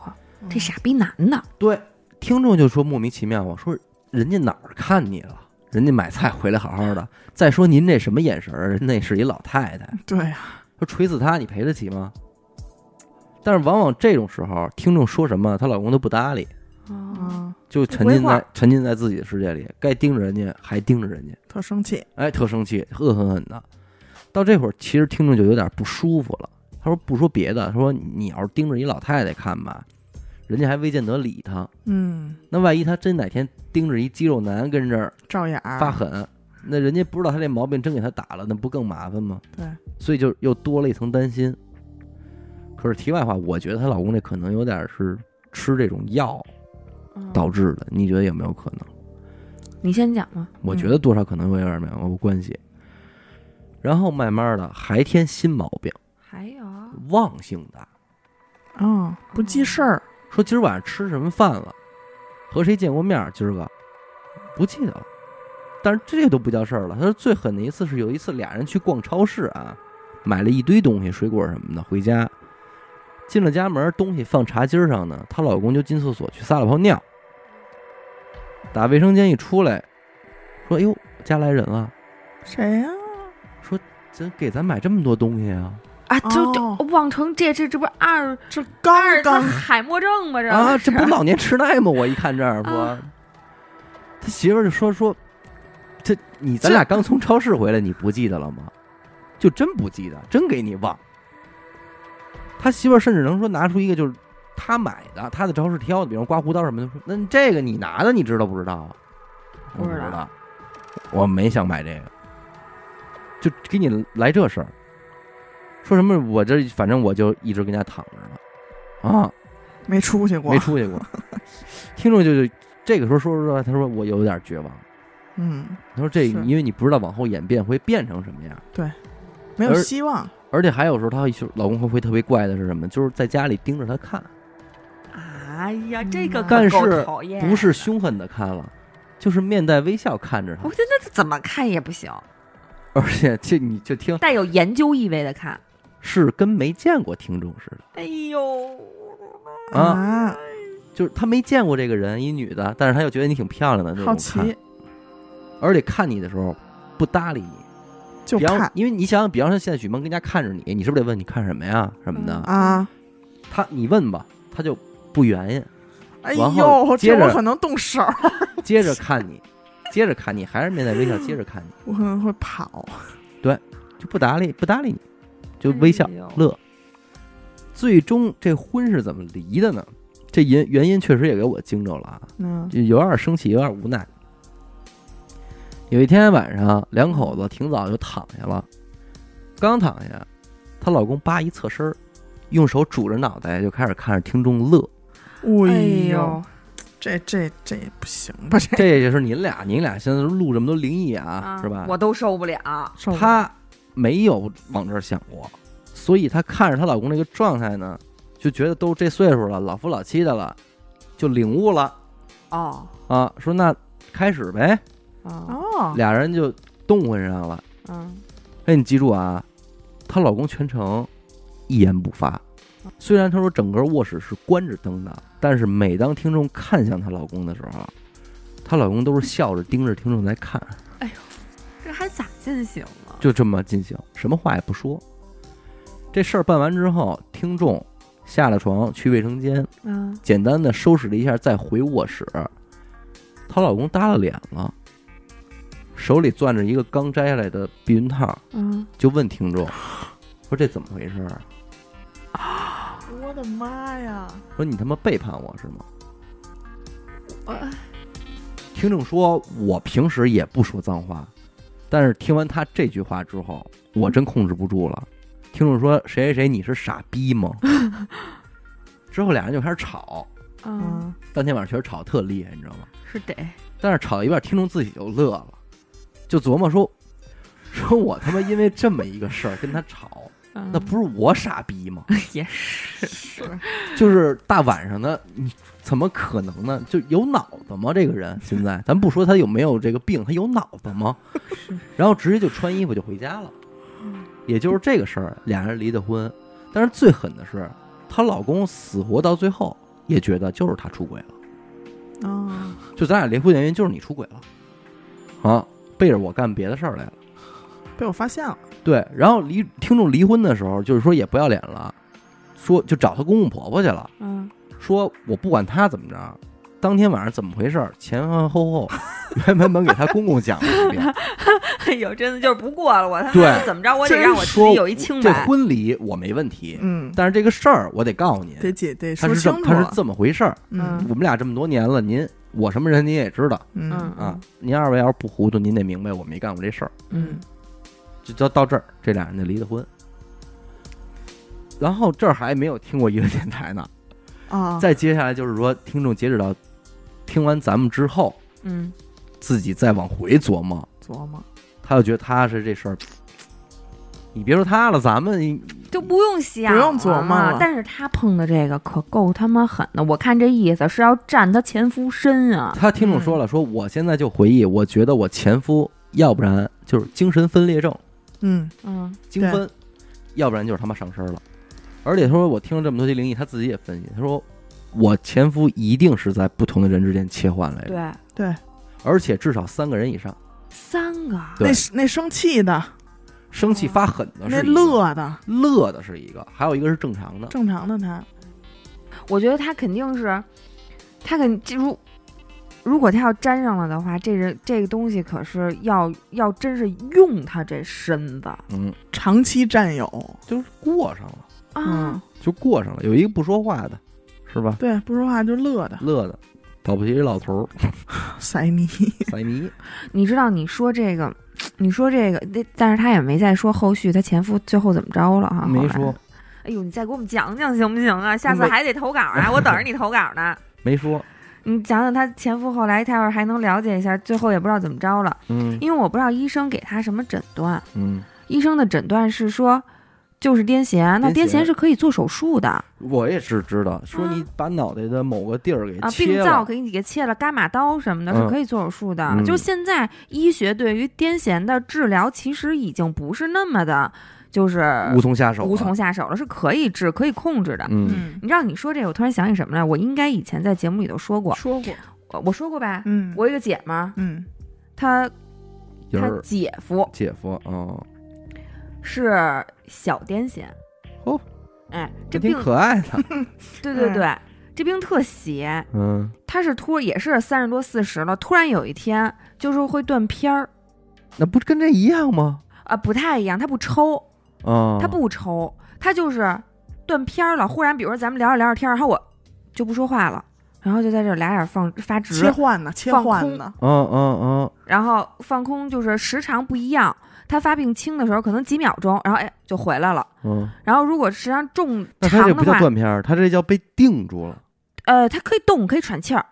S3: 这傻逼男的，
S1: 对，听众就说莫名其妙，我说人家哪儿看你了？人家买菜回来好好的。再说您这什么眼神儿？那是一老太太，
S2: 嗯对啊呀、
S1: 说锤死她，你赔得起吗？但是往往这种时候，听众说什么，她老公都不搭理，
S2: 啊，
S3: 哦
S2: 嗯，
S1: 就沉
S2: 不回
S1: 浸
S2: 话
S1: 在沉浸在自己的世界里，该盯着人家还盯着人家，
S2: 特生气，
S1: 哎，特生气，恶狠狠的。到这会儿，其实听众就有点不舒服了。他说：“不说别的，他说你要是盯着一老太太看吧，人家还未见得理她。
S2: 嗯，
S1: 那万一他真哪天盯着一肌肉男跟这儿
S2: 照眼儿，
S1: 发狠，那人家不知道他这毛病真给他打了，那不更麻烦吗？
S2: 对，
S1: 所以就又多了一层担心。可是题外话，我觉得她老公这可能有点是吃这种药导致的，你觉得有没有可能？
S3: 嗯你先讲吧，
S1: 我觉得多少可能有点没有关系。然后慢慢的还添新毛病，
S3: 还有
S1: 忘性大，
S2: 嗯，不记事儿，
S1: 说今儿晚上吃什么饭了，和谁见过面儿，今儿个不记得了。但是这都不叫事儿了。他说最狠的一次是有一次俩人去逛超市啊，买了一堆东西，水果什么的回家，进了家门，东西放茶几儿上呢，她老公就进厕所去撒了泡尿，打卫生间一出来，说：“哎呦，家来人了，
S2: 谁呀、
S1: 怎么给咱买这么多东西啊？”
S3: 啊，就
S2: 哦
S3: 这望成这这这不是二
S2: 这
S3: 阿尔
S2: 刚
S3: 兹
S2: 刚
S3: 海默症吗？这
S1: 啊，这
S3: 是
S1: 不是老年痴呆吗？我一看这儿说
S3: 啊，
S1: 他媳妇儿就说说，这你咱
S2: 这
S1: 俩刚从超市回来，你不记得了吗？就真不记得，真给你忘。他媳妇儿甚至能说拿出一个就是他买的，他在超市挑的，比如刮胡刀什么的，说那你这个你拿的，你知道不知道啊？
S3: 不
S1: 我
S3: 知道
S1: 道，我没想买这个，就给你来这事儿。说什么？我这反正我就一直跟家躺着呢，啊，
S2: 没出去过
S1: 没，出去过。听众就是这个时候说实话，他说我有点绝望。
S2: 嗯，
S1: 他说这
S2: 是
S1: 因为你不知道往后演变会变成什么样，
S2: 没有
S1: 而
S2: 希望，
S1: 而且还有时候她就老公会会特别怪的是什么？就是在家里盯着她看，
S3: 哎呀，这个可
S1: 但
S3: 够
S1: 是
S3: 讨厌，
S1: 不是凶狠的看了，就是面带微笑看着她
S3: 我，觉得那怎么看也不行，
S1: 而且这你就听
S3: 带有研究意味的看。
S1: 是跟没见过听众似的
S3: 哎呦，
S1: 啊，
S2: 啊，
S1: 就是她没见过这个人，一女的，但是她又觉得你挺漂亮的那
S2: 好
S1: 种看，
S2: 奇
S1: 而且看你的时候不搭理你，
S2: 就
S1: 比方
S2: 看
S1: 因为你想想，比方说现在许梦跟家看着你，你是不是得问你看什么呀什么的？
S3: 嗯
S2: 啊，
S1: 他你问吧，他就不原因，
S2: 哎
S1: 然后
S2: 呦，
S1: 接
S2: 这
S1: 着
S2: 我可能动手，
S1: 接着看你，接着看你，还是面带微笑，接着看你，
S2: 我可能会跑，
S1: 就不搭理不搭理你，就微笑
S3: 哎呦
S1: 乐。最终这婚是怎么离的呢？这原原因确实也给我惊着了啊，
S2: 嗯
S1: 就有点生气，有点无奈。有一天晚上，两口子挺早就躺下了，刚躺下，她老公叭一侧身儿，用手拄着脑袋就开始看着听众乐。
S2: 哎
S3: 哎
S2: 呦
S3: 呦，，
S2: 这这这不行吧？这
S1: 这也是您俩，您俩现在录这么多灵异啊，是吧？
S3: 我都受不了。
S2: 受不了
S1: 她没有往这儿想过，所以她看着她老公这个状态呢，就觉得都这岁数了，老夫老妻的了，就领悟了
S3: 哦
S1: 啊，说那开始呗，
S3: 哦
S2: 哦，
S1: 俩人就动换上了。
S3: 嗯，
S1: 哎，你记住啊，她老公全程一言不发。虽然她说整个卧室是关着灯的，但是每当听众看向她老公的时候，她老公都是笑着盯着听众在看。
S3: 这还咋进行啊？
S1: 就这么进行，什么话也不说。这事儿办完之后，听众下了床去卫生间，
S3: 嗯，
S1: 简单的收拾了一下，再回卧室。她老公耷拉脸了，手里攥着一个刚摘下来的避孕套，
S3: 嗯，
S1: 就问听众说：“这怎么回事啊？
S2: 我的妈呀！
S3: 嗯
S1: 说你他妈背叛我是吗
S3: 我
S1: 听众说，我平时也不说脏话，但是听完他这句话之后，我真控制不住了。听众说，谁谁谁，你是傻逼吗？之后俩人就开始吵，
S3: 嗯，
S2: 嗯，
S1: 当天晚上确实吵得特厉害，你知道吗？
S3: 是得，
S1: 但是吵到一半，听众自己就乐了，就琢磨说， 说我他妈因为这么一个事儿跟他吵，那
S2: 嗯
S3: 那
S1: 不是我傻逼吗？
S3: 也是是，
S1: 就是大晚上的，你怎么可能呢？就有脑子吗？这个人现在，咱不说他有没有这个病，他有脑子吗？然后直接就穿衣服就回家了。也就是这个事儿，俩人离的婚。但是最狠的是，她老公死活到最后也觉得就是她出轨了，
S2: 啊，
S1: 就咱俩离婚原因就是你出轨了，啊，背着我干别的事儿来了。
S2: 被我发现了，
S1: 对，然后离听众离婚的时候，就是说也不要脸了，说就找她公公婆婆去了。
S3: 嗯，
S1: 说我不管他怎么着，当天晚上怎么回事儿，前前后 后原本本给他公公讲了一遍，
S3: 哎呦，真的就是不过了，我他妈
S1: 对
S3: 的怎么着， 我得
S2: 真
S3: 让我自
S1: 说
S3: 己有一清
S1: 这
S3: 白。
S1: 婚礼我没问题，
S2: 嗯，
S1: 但是这个事儿我得告诉您，
S2: 得解得
S1: 他
S2: 说
S1: 是
S2: 清
S1: 这么
S2: 楚
S1: 他是
S2: 了，
S1: 这么回事儿，
S2: 嗯
S1: 我们俩这么多年了，您我什么人您也知道
S2: 嗯
S3: 嗯
S1: 啊，您二位要是不糊涂，您得明白我没干过这事儿，
S3: 嗯
S1: 就到到这儿，这俩人就离的婚。然后这儿还没有听过一个电台呢，
S2: 啊，
S1: 再接下来就是说，听众截止到听完咱们之后，
S3: 嗯
S1: 自己再往回琢磨，
S2: 琢磨，
S1: 他就觉得他是这事儿。你别说他了，咱们
S3: 就不用想，啊
S2: 不用琢磨了
S3: 但是他碰的这个可够他妈狠的，我看这意思是要占他前夫身啊。
S1: 他听众说
S2: 嗯
S1: 了，说我现在就回忆，我觉得我前夫要不然就是精神分裂症、
S2: 嗯
S3: 嗯
S1: 精分，要不然就是他妈上身了。而且他说，我听了这么多期灵异，他自己也分析，他说我前夫一定是在不同的人之间切换来，的，
S3: 对，
S2: 对，
S1: 而且至少三个人以上。
S3: 三个，啊
S1: 对
S2: 那那生气的，
S1: 生气发狠的是
S2: 那
S1: 一个嗯
S2: 乐的，
S1: 乐的是一个，还有一个是正常的。
S2: 正常的他，
S3: 我觉得他肯定是，他肯这如如果他要沾上了的话，这人这个东西可是要要真是用他这身子
S1: 嗯，
S2: 长期占有，
S1: 就是过上了，
S2: 嗯
S3: 啊，
S1: 就过上了。有一个不说话的，是吧？
S2: 对，不说话就乐的，
S1: 乐的，保不齐老头儿
S2: 塞米，
S1: 塞迷。
S3: 你知道你说这个，你说这个，那但是他也没再说后续他前夫最后怎么着了哈，
S1: 没
S3: 后
S1: 说
S3: 来。，哎呦，你再给我们讲讲行不行啊？下次
S1: 没
S3: 还得投稿啊，我等着你投稿 呢。
S1: 没说，
S3: 你讲讲他前夫后来，他要是还能了解一下，最后也不知道怎么着了，
S1: 嗯
S3: 因为我不知道医生给他什么诊断。
S1: 嗯，
S3: 医生的诊断是说，就是癫痫。那
S1: 癫
S3: 癫
S1: 痫
S3: 痫是可以做手术的啊，
S1: 我也是知道，说
S3: 啊
S1: 你把脑袋的某个地儿给
S3: 病
S1: 切
S3: 灶
S1: 了，
S3: 给你给切了，伽马刀什么的
S1: 嗯
S3: 是可以做手术的。
S1: 嗯
S3: 就现在医学对于癫痫的治疗，其实已经不是那么的，就是
S1: 无从下手，
S3: 无从，下手了，是可以治、可以控制的。
S1: 嗯，
S2: 嗯，
S3: 你知道你说这个，我突然想起什么来？我应该以前在节目里头说过，
S2: 说过，
S3: 我我说过吧？
S2: 嗯，
S3: 我有一个姐们儿，
S2: 嗯
S3: 她
S1: 也
S3: 她
S1: 是
S3: 姐夫
S1: 姐夫，哦，
S3: 是小癫痫。
S1: 哦，
S3: 哎，
S1: 这
S3: 这病
S1: 挺可哎爱 的，
S3: 对对对，这病特邪。
S1: 嗯，
S3: 他是突也是三十多四十了，突然有一天就是会断片儿
S1: 那不跟这一样吗？
S3: 啊，不太一样。他不抽，
S1: 啊，
S3: 他，不抽，他就是断片儿了。忽然，比如说咱们聊着聊着天儿，然后我就不说话了，然后就在这儿俩眼放发
S2: 切
S3: 直，
S2: 换呢，切
S3: 放
S2: 换
S3: 空
S2: 呢，
S1: 嗯嗯嗯，
S3: 然后放空，就是时长不一样。他发病轻的时候可能几秒钟，然后哎就回来了。
S1: 嗯，
S3: 然后如果时长重
S1: 那他
S3: 长
S1: 这
S3: 的
S1: 不叫
S3: 话，
S1: 断片儿，他这叫被定住了，
S3: 呃，他可以动，可以喘气儿，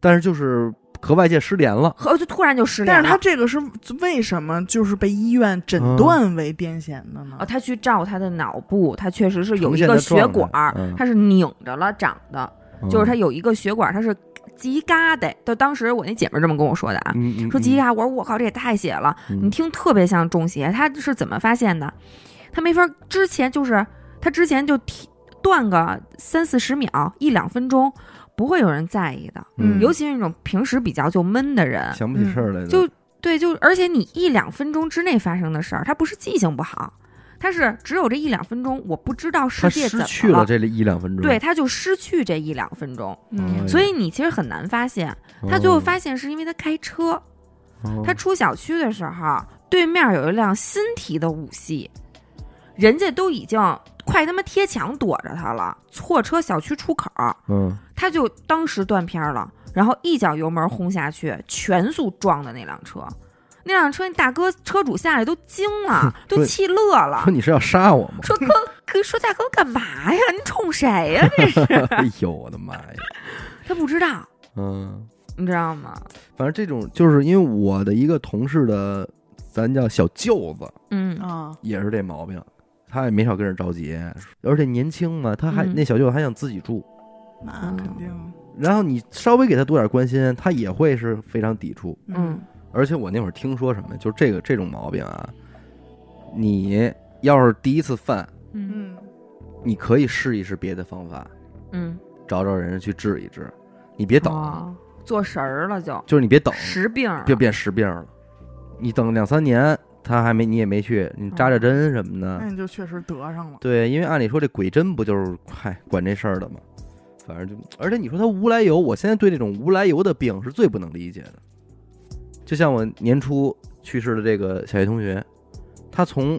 S1: 但是就是和外界失联了，
S3: 和就突然就失
S2: 但
S3: 联
S2: 是
S3: 了。
S2: 他这个是为什么就是被医院诊
S1: 嗯
S2: 断为癫痫的呢
S3: 哦，？他去照他的脑部，他确实是有
S1: 呈
S3: 一
S1: 现
S3: 个
S1: 的
S3: 血
S1: 状态
S3: 管儿，
S1: 嗯
S3: 它是拧着了长的，就是他
S1: 他，
S3: 有一个血管，它是急嘎的。就当时我那姐们儿这么跟我说的啊，
S1: 嗯，嗯
S3: 说急，嘎，我说我靠，这也太血了，你
S1: 嗯
S3: 听特别像中邪。他是怎么发现的？他没法，之前就是他之前就提断个三四十秒，一两分钟，不会有人在意的，
S1: 嗯，
S3: 尤其是那种平时比较就闷的人，
S1: 想不起事儿来了，
S3: 嗯就对，就而且你一两分钟之内发生的事儿，它不是记性不好，它是只有这一两分钟，我不知道世
S1: 他
S3: 界怎
S1: 失
S3: 么
S1: 去了这一两分钟，
S3: 对，，他就失去这一两分钟，
S1: 嗯
S3: 所以你其实很难发现。他最后发现是因为他开车，
S1: 哦，
S3: 他出小区的时候，对面有一辆新提的五系，人家都已经快他妈贴墙躲着他了，错车小区出口，
S1: 嗯，
S3: 他就当时断片儿了，然后一脚油门轰下去，全速撞的那辆车。那辆车，那大哥车主下来都惊 了，都
S1: 对
S3: 气乐了
S1: 说，你是要杀我吗？
S3: 说哥，哥说大哥干嘛呀？你冲 谁呀？这是
S1: 哎呦我的妈呀！
S3: 他不知道，
S1: 嗯，
S3: 你知道吗？
S1: 反正这种就是因为我的一个同事的，咱叫小舅子，
S3: 嗯
S2: 啊，
S1: 也是这毛病，他也没少跟人着急，而且年轻嘛，他还、
S3: 嗯
S1: 那小舅子还想自己住，
S2: 那
S1: 嗯
S2: 肯定，
S1: 然后你稍微给他多点关心，他也会是非常抵触。
S3: 嗯，
S1: 而且我那会儿听说什么，就是这个这种毛病啊，你要是第一次犯，
S3: 嗯
S2: 嗯
S1: 你可以试一试别的方法，
S3: 嗯，
S1: 找找人去治一治，你别等，
S3: 哦做神儿了就
S1: 就是你别等，
S3: 实病儿
S1: 就变实病了。你等两三年，他还没你也没去，你扎扎针什么的，
S2: 那你就确实得上了。
S1: 对，因为按理说这鬼针不就是快管这事儿的吗？反正就，而且你说他无来由，我现在对这种无来由的病是最不能理解的。就像我年初去世的这个小学同学，他从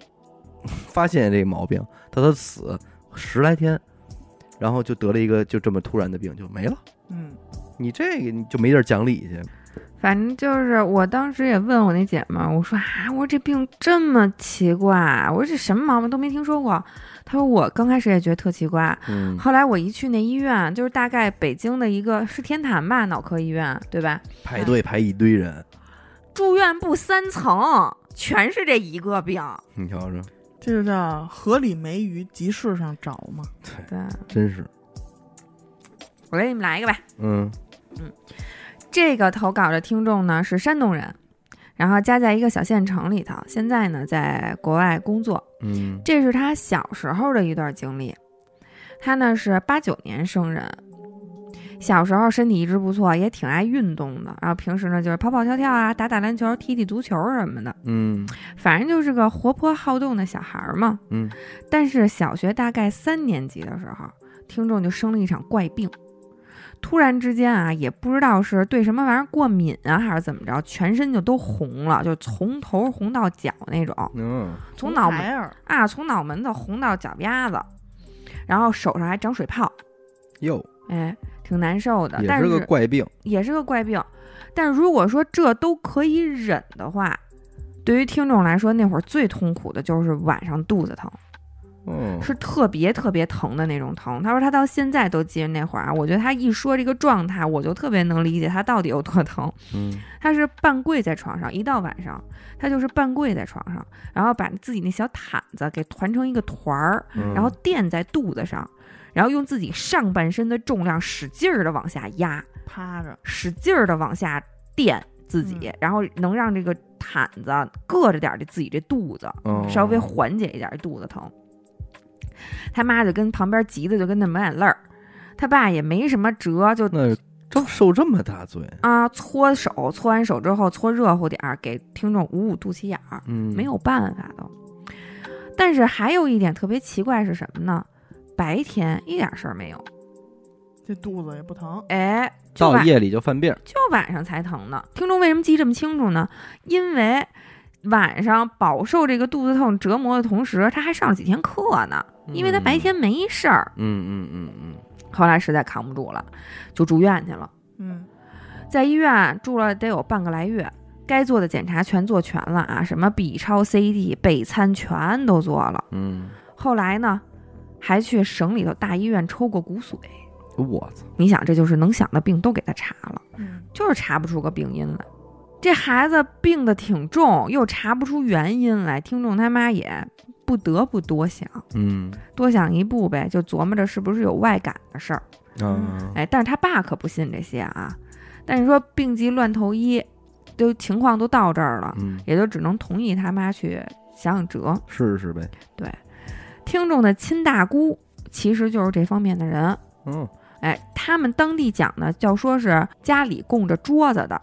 S1: 发现这个毛病到他死十来天，然后就得了一个就这么突然的病就没了。
S2: 嗯，
S1: 你这个你就没地儿讲理去，
S3: 反正就是，我当时也问我那姐们儿，我说啊，我说这病这么奇怪，我说这什么毛病都没听说过。她说我刚开始也觉得特奇怪，
S1: 嗯
S3: 后来我一去那医院，就是大概北京的一个是天坛吧，脑科医院，对吧？
S1: 排队排一堆人，
S3: 住院部三层全是这一个病，
S1: 你瞧瞧，
S2: 这就叫河里没鱼，集市上找嘛。
S3: 对
S1: 真是，
S3: 我给你们来一个吧。
S1: 嗯
S3: 这个投稿的听众呢是山东人，然后家在一个小县城里头，现在呢在国外工作。
S1: 嗯
S3: 这是他小时候的一段经历。他呢是八九年生人，小时候身体一直不错，也挺爱运动的。然后平时呢就是跑跑跳跳啊，打打篮球、踢踢足球什么的，
S1: 嗯
S3: 反正就是个活泼好动的小孩儿嘛。
S1: 嗯，
S3: 但是小学大概三年级的时候，听众就生了一场怪病，突然之间啊，也不知道是对什么玩意儿过敏啊，还是怎么着，全身就都红了，就从头红到脚那种，
S1: 嗯，
S3: 从脑门
S2: 海尔，
S3: 啊，从脑门子红到脚丫子，然后手上还长水泡，
S1: 哟，
S3: 哎，挺难受的。
S1: 也
S3: 但
S1: 是个
S3: 是
S1: 怪病，
S3: 也是个怪病，但如果说这都可以忍的话，对于听众来说，那会儿最痛苦的就是晚上肚子疼，
S1: 嗯，
S3: 是特别特别疼的那种疼。他说他到现在都记着那会儿啊，我觉得他一说这个状态，我就特别能理解他到底有多疼。
S1: 嗯。
S3: 他是半跪在床上，一到晚上，他就是半跪在床上，然后把自己那小毯子给团成一个团儿，
S1: 嗯
S3: 然后垫在肚子上，然后用自己上半身的重量使劲儿的往下压，
S2: 趴着，
S3: 使劲儿的往下垫自己，
S1: 嗯
S3: 然后能让这个毯子硌着点儿这自己这肚子，
S1: 哦
S3: 稍微缓解一点儿肚子疼。他妈就跟旁边急的就跟那抹眼泪儿，他爸也没什么辙，就
S1: 那这受这么大罪，
S3: 啊搓手，搓完手之后搓热乎点儿，给听众捂捂肚脐眼儿。
S1: 嗯，
S3: 没有办法都。但是还有一点特别奇怪是什么呢？白天一点事儿没有，
S2: 这肚子也不疼。
S3: 哎，就
S1: 到
S3: 晚
S1: 夜里就犯病，
S3: 就晚上才疼呢。听众为什么记这么清楚呢？因为晚上饱受这个肚子痛折磨的同时，他还上了几天课呢，因为他白天没事儿。
S1: 嗯，嗯嗯
S3: 后来实在扛不住了，就住院去了，
S2: 嗯，
S3: 在医院住了得有半个来月。该做的检查全做全了啊，什么 B 超、CT、钡餐全都做了，
S1: 嗯
S3: 后来呢，还去省里头大医院抽过骨髓。
S1: 嗯，我操，
S3: 你想，这就是能想的病都给他查了，
S2: 嗯，
S3: 就是查不出个病因来。这孩子病得挺重，又查不出原因来，听众他妈也不得不多想，
S1: 嗯
S3: 多想一步呗，就琢磨着是不是有外感的事儿。
S1: 啊，
S3: 哎，但是他爸可不信这些啊。但是说病急乱投医，就情况都到这儿了，
S1: 嗯，
S3: 也就只能同意他妈去想想辙。
S1: 试试呗，
S3: 听众的亲大姑其实就是这方面的人，
S1: 嗯，
S3: 哎，他们当地讲呢，叫说是家里供着桌子的，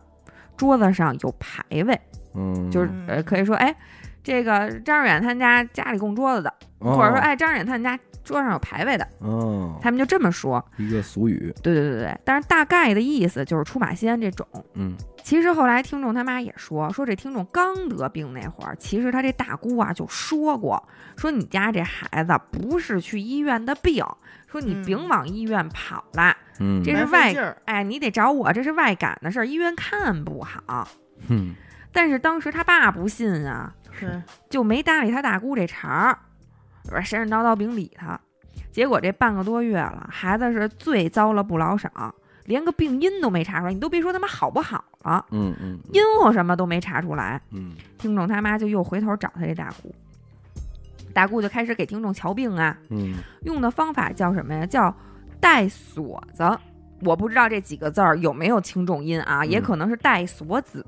S3: 桌子上有牌位，
S1: 嗯，
S3: 就是呃，可以说，哎，这个张志远他们家家里供桌子的，
S1: 哦
S3: 或者说，哎，张志远他们家桌上有牌位的，
S1: 哦，
S3: 他们就这么说。
S1: 一个俗语，
S3: 对对对对对，但是大概的意思就是出马仙这种。
S1: 嗯
S3: 其实后来听众他妈也说，说这听众刚得病那会儿，其实他这大姑啊就说过，说你家这孩子不是去医院的病，说你
S2: 嗯
S3: 甭往医院跑了，
S1: 嗯，
S3: 这
S2: 白
S3: 是
S2: 费
S3: 外
S2: 劲儿
S3: 哎，你得找我，这是外感的事儿，医院看不好。
S1: 嗯
S3: 但是当时他爸不信啊，
S2: 对，
S3: 就没搭理他大姑这茬儿，神神叨叨甭理他。结果这半个多月了，孩子是最遭了不老少，连个病因都没查出来，你都别说他妈好不好了，
S1: 嗯嗯
S3: 因乎什么都没查出来。
S1: 嗯
S3: 听众他妈就又回头找他这大姑，大姑就开始给听众瞧病啊，
S1: 嗯
S3: 用的方法叫什么呀？叫带锁子。我不知道这几个字儿有没有轻重音啊，也
S1: 嗯
S3: 可能是带锁子，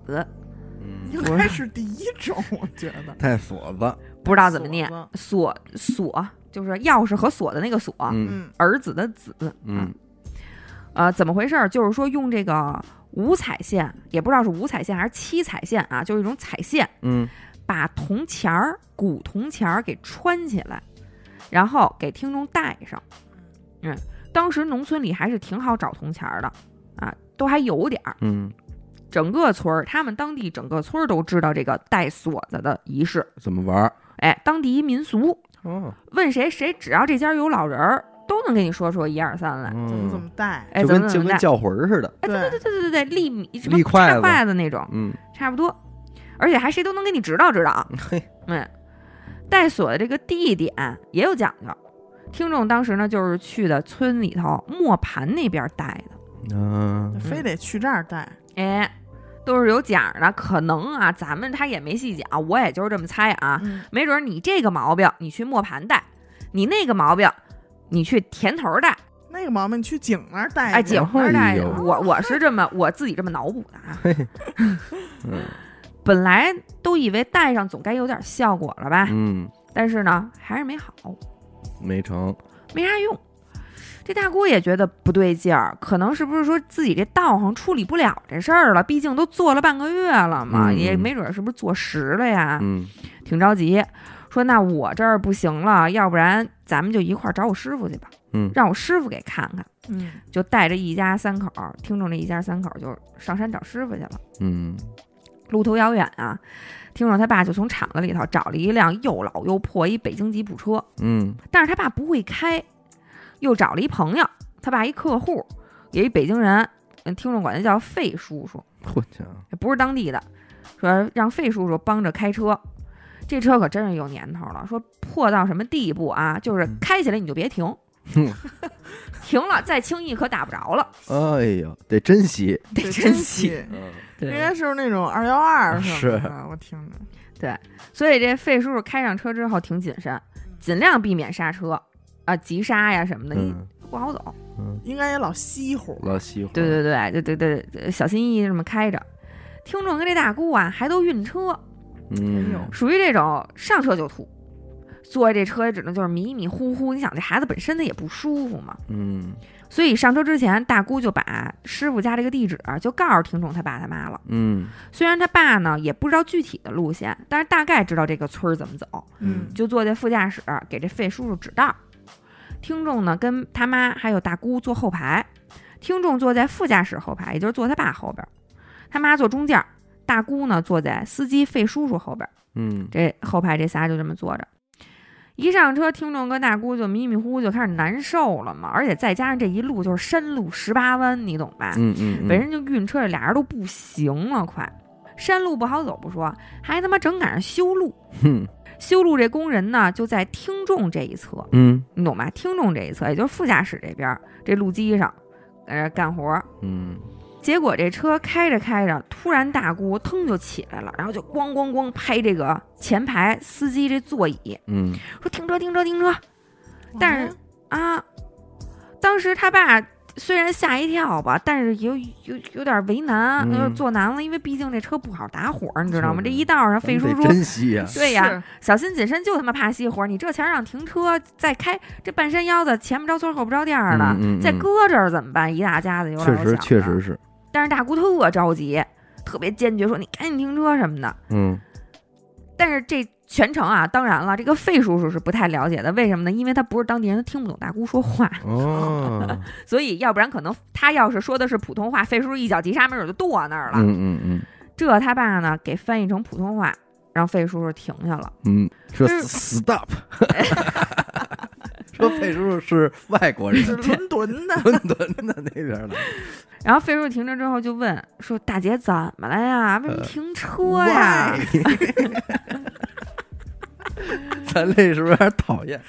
S1: 嗯，
S2: 应该是第一种，我觉得
S1: 带锁子，
S3: 不知道怎么念
S2: 锁。
S3: 锁锁就是钥匙和锁的那个锁，
S1: 嗯
S2: 嗯，
S3: 儿子的子。
S1: 嗯
S3: 呃，怎么回事儿？就是说用这个五彩线，也不知道是五彩线还是七彩线啊，就是一种彩线，
S1: 嗯
S3: 把铜钱儿、古铜钱儿给穿起来，然后给听众戴上。嗯，当时农村里还是挺好找铜钱儿的啊，都还有点儿。
S1: 嗯，
S3: 整个村儿，他们当地整个村儿都知道这个戴锁子的仪式，
S1: 怎么玩？
S3: 哎，当地一民俗。
S1: 哦，
S3: 问谁谁只要这家有老人儿，都能跟你说说一二三来。
S2: 嗯怎么怎么带？
S1: 嗯
S3: 哎，
S1: 就
S3: 怎么
S1: 跟
S3: 怎
S1: 就
S3: 么
S1: 跟
S3: 戴？
S1: 叫魂儿似的，
S3: 哎，对对对对对对，立米什么
S1: 立筷
S3: 插
S1: 子
S3: 筷子那种，
S1: 嗯
S3: 差不多，而且还谁都能给你指导指导。
S1: 嘿，
S3: 嗯，带锁的这个地点也有讲究。听众当时呢，就是去的村里头磨盘那边带的，
S1: 嗯
S2: 非得去这儿带，
S3: 哎，都是有讲的。可能啊，咱们他也没细讲，我也就是这么猜啊。
S2: 嗯，
S3: 没准你这个毛病，你去磨盘带；你那个毛病，你去田头带。
S2: 那个毛病去井那儿带，
S3: 哎，井花带
S1: 哎呦
S3: 我我是这么我自己这么脑补的啊。
S1: 嗯
S3: 本来都以为戴上总该有点效果了吧，
S1: 嗯，
S3: 但是呢，还是没好，
S1: 没成，
S3: 没啥用。这大姑也觉得不对劲儿，可能是不是说自己这道行处理不了这事儿了？毕竟都做了半个月了嘛，
S1: 嗯
S3: 也没准儿是不是坐实了呀？
S1: 嗯
S3: 挺着急，说那我这儿不行了，要不然咱们就一块儿找我师傅去吧，
S1: 嗯
S3: 让我师傅给看看。
S2: 嗯，
S3: 就带着一家三口儿，听众这一家三口儿就上山找师傅去了。
S1: 嗯
S3: 路途遥远啊，听众他爸就从厂子里头找了一辆又老又破一北京吉普车，
S1: 嗯
S3: 但是他爸不会开，又找了一朋友，他爸一客户，也一北京人，嗯，听众管他叫费叔叔，
S1: 我去，
S3: 也不是当地的，说让费叔叔帮着开车。这车可真是有年头了，说破到什么地步啊？就是
S1: 嗯
S3: 开起来你就别停，
S1: 哼
S3: 停了再轻易可打不着了，
S1: 哎呦，得珍惜，
S3: 得
S2: 得
S3: 珍
S2: 珍
S3: 惜。
S2: 惜。
S1: 嗯
S2: 应
S3: 对。
S2: 该是那种二幺二什么
S1: 啊是
S2: 的，我听着。
S3: 所以这费叔叔开上车之后挺谨慎，尽量避免刹车啊、急刹呀什么的，你
S1: 嗯
S3: 不好走。
S1: 嗯，
S2: 应该也老西乎，
S1: 老西湖，
S3: 对对对对对对，呃小心翼翼这么开着。听众跟这大姑啊，还都晕车，
S1: 嗯，
S3: 属于这种上车就吐，坐这车也只能就是迷迷糊糊。你想这孩子本身他也不舒服嘛，
S1: 嗯
S3: 所以上车之前，大姑就把师傅家这个地址啊就告诉听众他爸他妈了。
S1: 嗯
S3: 虽然他爸呢也不知道具体的路线，但是大概知道这个村儿怎么走。
S2: 嗯，
S3: 就坐在副驾驶给这费叔叔指道。听众呢跟他妈还有大姑坐后排，听众坐在副驾驶后排，也就是坐他爸后边儿，他妈坐中间儿，大姑呢坐在司机费叔叔后边儿。
S1: 嗯
S3: 这后排这仨就这么坐着。一上车，听众跟大姑就迷迷糊糊就开始难受了嘛，而且再加上这一路就是山路十八弯，你懂吧？
S1: 嗯嗯，
S3: 本身就晕车，俩人都不行了，快山路不好走不说，还他妈正赶上修路，
S1: 哼，
S3: 修路这工人呢，就在听众这一侧，
S1: 嗯
S3: 你懂吧？听众这一侧，也就是副驾驶这边，这路基上，在这干活。
S1: 嗯
S3: 结果这车开着开着，突然大姑腾就起来了，然后就咣咣咣拍这个前排司机这座椅，
S1: 嗯
S3: 说停车停车停车但是
S2: 哇
S3: 啊！当时他爸虽然吓一跳吧，但是有有有点为难，
S1: 嗯
S3: 有点做难了，因为毕竟这车不好打火，你知道吗？
S1: 是
S3: 这一道上费叔
S1: 咱
S3: 叔
S1: 得珍惜呀，
S3: 对呀
S2: 是
S3: 小心谨慎就他妈怕熄火，你这前儿让停车，再开这半山腰子，前不着村后不着店儿的，
S1: 嗯嗯嗯
S3: 再搁这儿怎么办？一大家子有
S1: 确
S3: 点
S1: 实确实。是，
S3: 但是大姑特着急，特别坚决说：“你赶紧停车什么的。
S1: 嗯”
S3: 但是这全程啊，当然了，这个费叔叔是不太了解的，为什么呢？因为他不是当地人，他听不懂大姑说话，
S1: 哦，
S3: 所以要不然可能他要是说的是普通话，费叔叔一脚急刹，没准就跺那儿了。
S1: 嗯嗯嗯
S3: 这他爸呢给翻译成普通话，让费叔叔停下了。
S1: 嗯，说
S3: 就是
S1: stop，说费叔叔是外国人，
S2: 是伦敦 的，
S1: 伦敦的那边的，
S3: 然后费叔叔停着之后就问说：“大姐怎么了呀？为什么
S1: 呃
S3: 停车呀？”
S1: Why？咱这是不是有点讨厌？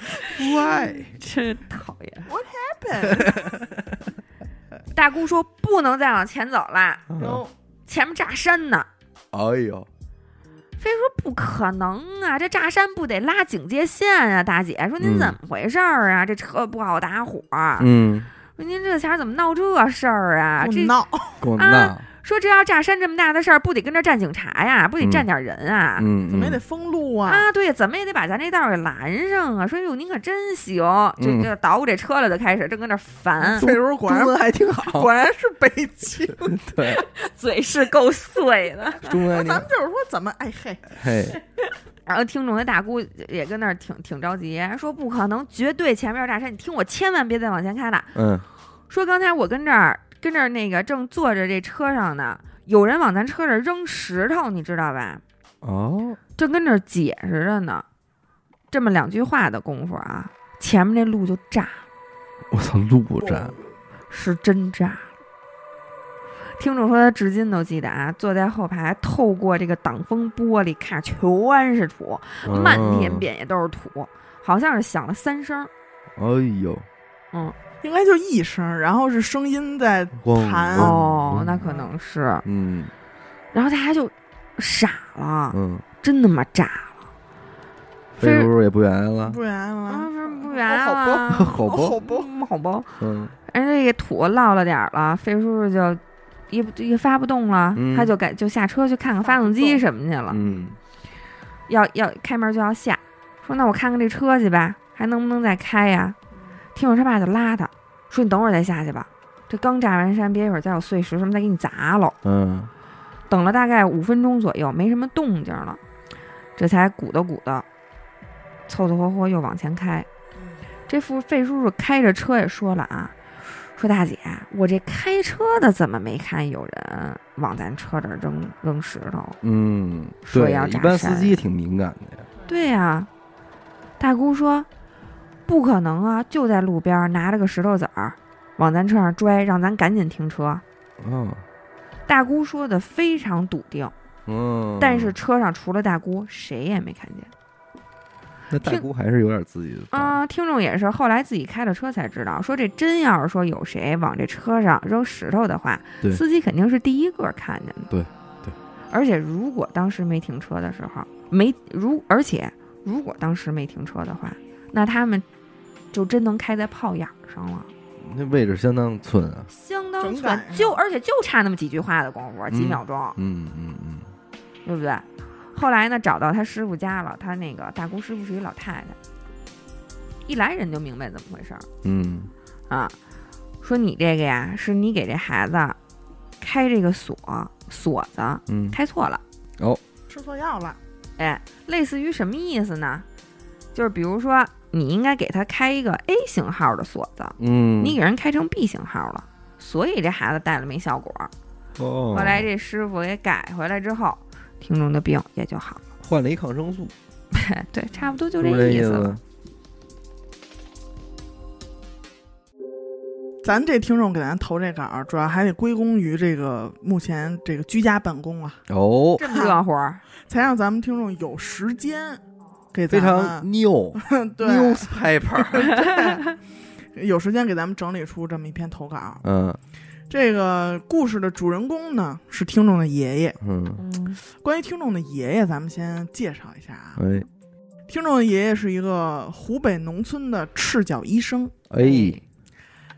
S2: 喂，
S3: 真讨厌
S2: What
S3: happened？大姑说：“不能再往前走了，
S1: 嗯
S3: 前面炸山呢。”
S1: 哎呦，
S3: 非说不可能啊，这炸山不得拉警戒线啊，大姐说您
S1: 嗯
S3: 怎么回事儿啊？这车不好打火，啊
S1: 嗯，
S3: 说您这前儿怎么闹这事儿啊？
S2: 不
S3: 这
S2: 闹，
S1: 够
S3: 啊
S1: 闹，
S3: 说这要炸山这么大的事儿，不得跟这儿站警察呀，不得站点人啊？
S1: 嗯，
S2: 怎么也得
S1: 嗯
S2: 封路啊，
S3: 啊，对，怎么也得把咱这道儿给拦上啊！说哟，您可真行，就
S1: 嗯
S3: 就捣鼓这车了，就开始正跟那儿烦，
S2: 嗯 费叔果然
S1: 中文还挺好，
S2: 果然是北京，
S1: 对，
S3: 嘴是够碎的。
S1: 中文还挺
S2: 咱
S1: 好
S2: 们就是说怎么哎嘿，
S1: 嘿，
S3: 然后听众的大姑也跟那儿挺挺着急，说不可能，绝对前面要炸山，你听我千万别再往前开了。
S1: 嗯，
S3: 说刚才我跟这儿跟这儿那个正坐着这车上呢，有人往咱车这儿扔石头，你知道吧？
S1: 哦，
S3: 正跟这儿解释着呢，这么两句话的功夫啊，前面那路就炸，
S1: 我操，路不沾，
S3: 是真炸。听众说他至今都记得啊，坐在后排，透过这个挡风玻璃看，全是土，满
S1: 哦
S3: 天，遍野都是土，好像是响了三声儿。
S1: 哎呦，
S2: 应该就一声，然后是声音在
S1: 咣
S2: 弹
S1: 咣
S3: 哦，
S1: 嗯
S3: 那可能是。
S1: 嗯
S3: 然后大家就傻了，
S1: 嗯，
S3: 真他妈炸了！
S1: 费
S3: 非
S1: 叔叔也不原来了，
S2: 不然了
S3: 啊，，不啊
S2: 哦
S3: 远
S2: 好吧
S3: 了，
S1: 好吧，
S2: 好不，
S3: 嗯好吧。
S1: 嗯
S3: 人这个土落了点儿了，费叔叔就也不也发不动了，
S1: 嗯
S3: 他就赶就下车去看看发动机什么去了，
S1: 嗯
S3: 要要开门就要下，说那我看看这车去吧，还能不能再开呀？听众他爸就拉他说你等会儿再下去吧，这刚炸完山，别一会儿再有碎石什么再给你砸了。
S1: 嗯，
S3: 等了大概五分钟左右，没什么动静了，这才鼓捣鼓捣，凑凑合合又往前开。这付费叔叔开着车也说了啊，说大姐，我这开车的怎么没看有人往咱车这儿扔扔石头？
S1: 嗯，
S3: 说
S1: 对
S3: 要，
S1: 一
S3: 炸
S1: 般
S3: 山
S1: 司机挺敏感的呀。
S3: 对呀、大姑说不可能啊，就在路边儿拿着个石头子儿往咱车上拽，让咱赶紧停车。
S1: 哦，
S3: 大姑说的非常笃定，
S1: 嗯，
S3: 但是车上除了大姑谁也没看见。
S1: 那大
S3: 听
S1: 姑还是有点自己的道理
S3: 啊、听众也是后来自己开了车才知道，说这真要是说有谁往这车上扔石头的话，
S1: 对
S3: 司机肯定是第一个看见的。
S1: 对对，
S3: 而且如果当时没停车的时候，没如而且如果当时没停车的话，那他们就真能开在炮眼儿上了，
S1: 那位置相当寸啊。
S3: 相当
S2: 整
S3: 准
S2: 赶，上
S3: 就而且就差那么几句话的功夫，几
S1: 嗯
S3: 秒钟，
S1: 嗯嗯嗯，
S3: 对不对？后来呢，找到他师傅家了，他那个大姑师傅是一老太太，一来人就明白怎么回事儿。
S1: 嗯，
S3: 啊，说你这个呀，是你给这孩子开这个锁锁子
S1: 嗯，
S3: 开错了，
S2: 吃错药了，
S3: 哎，类似于什么意思呢？就是比如说，你应该给他开一个 A 型号的锁子，
S1: 嗯，
S3: 你给人开成 B 型号了，所以这孩子戴了没效果。
S1: 哦，
S3: 后来这师傅给改回来之后，听众的病也就好了。
S1: 换了一抗生素，
S3: 对，差不多就是
S1: 不是
S3: 这
S1: 意
S3: 思了。
S1: 思。
S2: 咱这听众给咱投这稿儿，主要还得归功于这个目前这个居家办公啊，
S1: 哦，
S3: 这么热乎儿，
S2: 才让咱们听众有时间给
S1: 非
S2: 咱
S1: 常
S2: 们
S1: new
S2: 对
S1: newspaper。
S2: 有时间给咱们整理出这么一篇投稿。
S1: 嗯
S2: 这个故事的主人公呢是听众的爷爷。
S1: 嗯，
S3: 嗯
S2: 关于听众的爷爷，咱们先介绍一下啊。
S1: 哎
S2: 听众的爷爷是一个湖北农村的赤脚医生。
S1: 哎，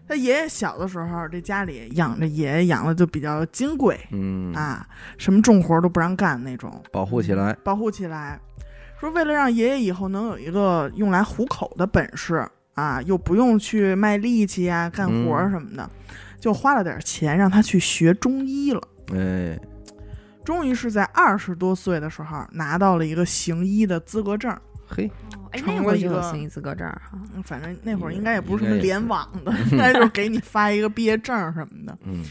S2: 他爷爷小的时候，这家里养着爷爷养的就比较金贵
S1: 嗯，
S2: 啊，什么重活儿都不让干那种，
S1: 保护起来。
S2: 保护起来。说为了让爷爷以后能有一个用来糊口的本事啊，又不用去卖力气呀、干活儿
S1: 嗯
S2: 什么的，就花了点钱让他去学中医了。
S1: 哎，
S2: 终于是在二十多岁的时候拿到了一个行医的资格证。
S1: 嘿，
S3: 哦哎，
S2: 成
S3: 那
S2: 了
S3: 会儿
S2: 一
S3: 就有
S2: 个
S3: 行医资格证儿哈。
S2: 嗯反正那会儿
S1: 应
S2: 应该也不是什么
S1: 应该也是
S2: 联网的，应该就是给你发一个毕业证什么的。
S1: 嗯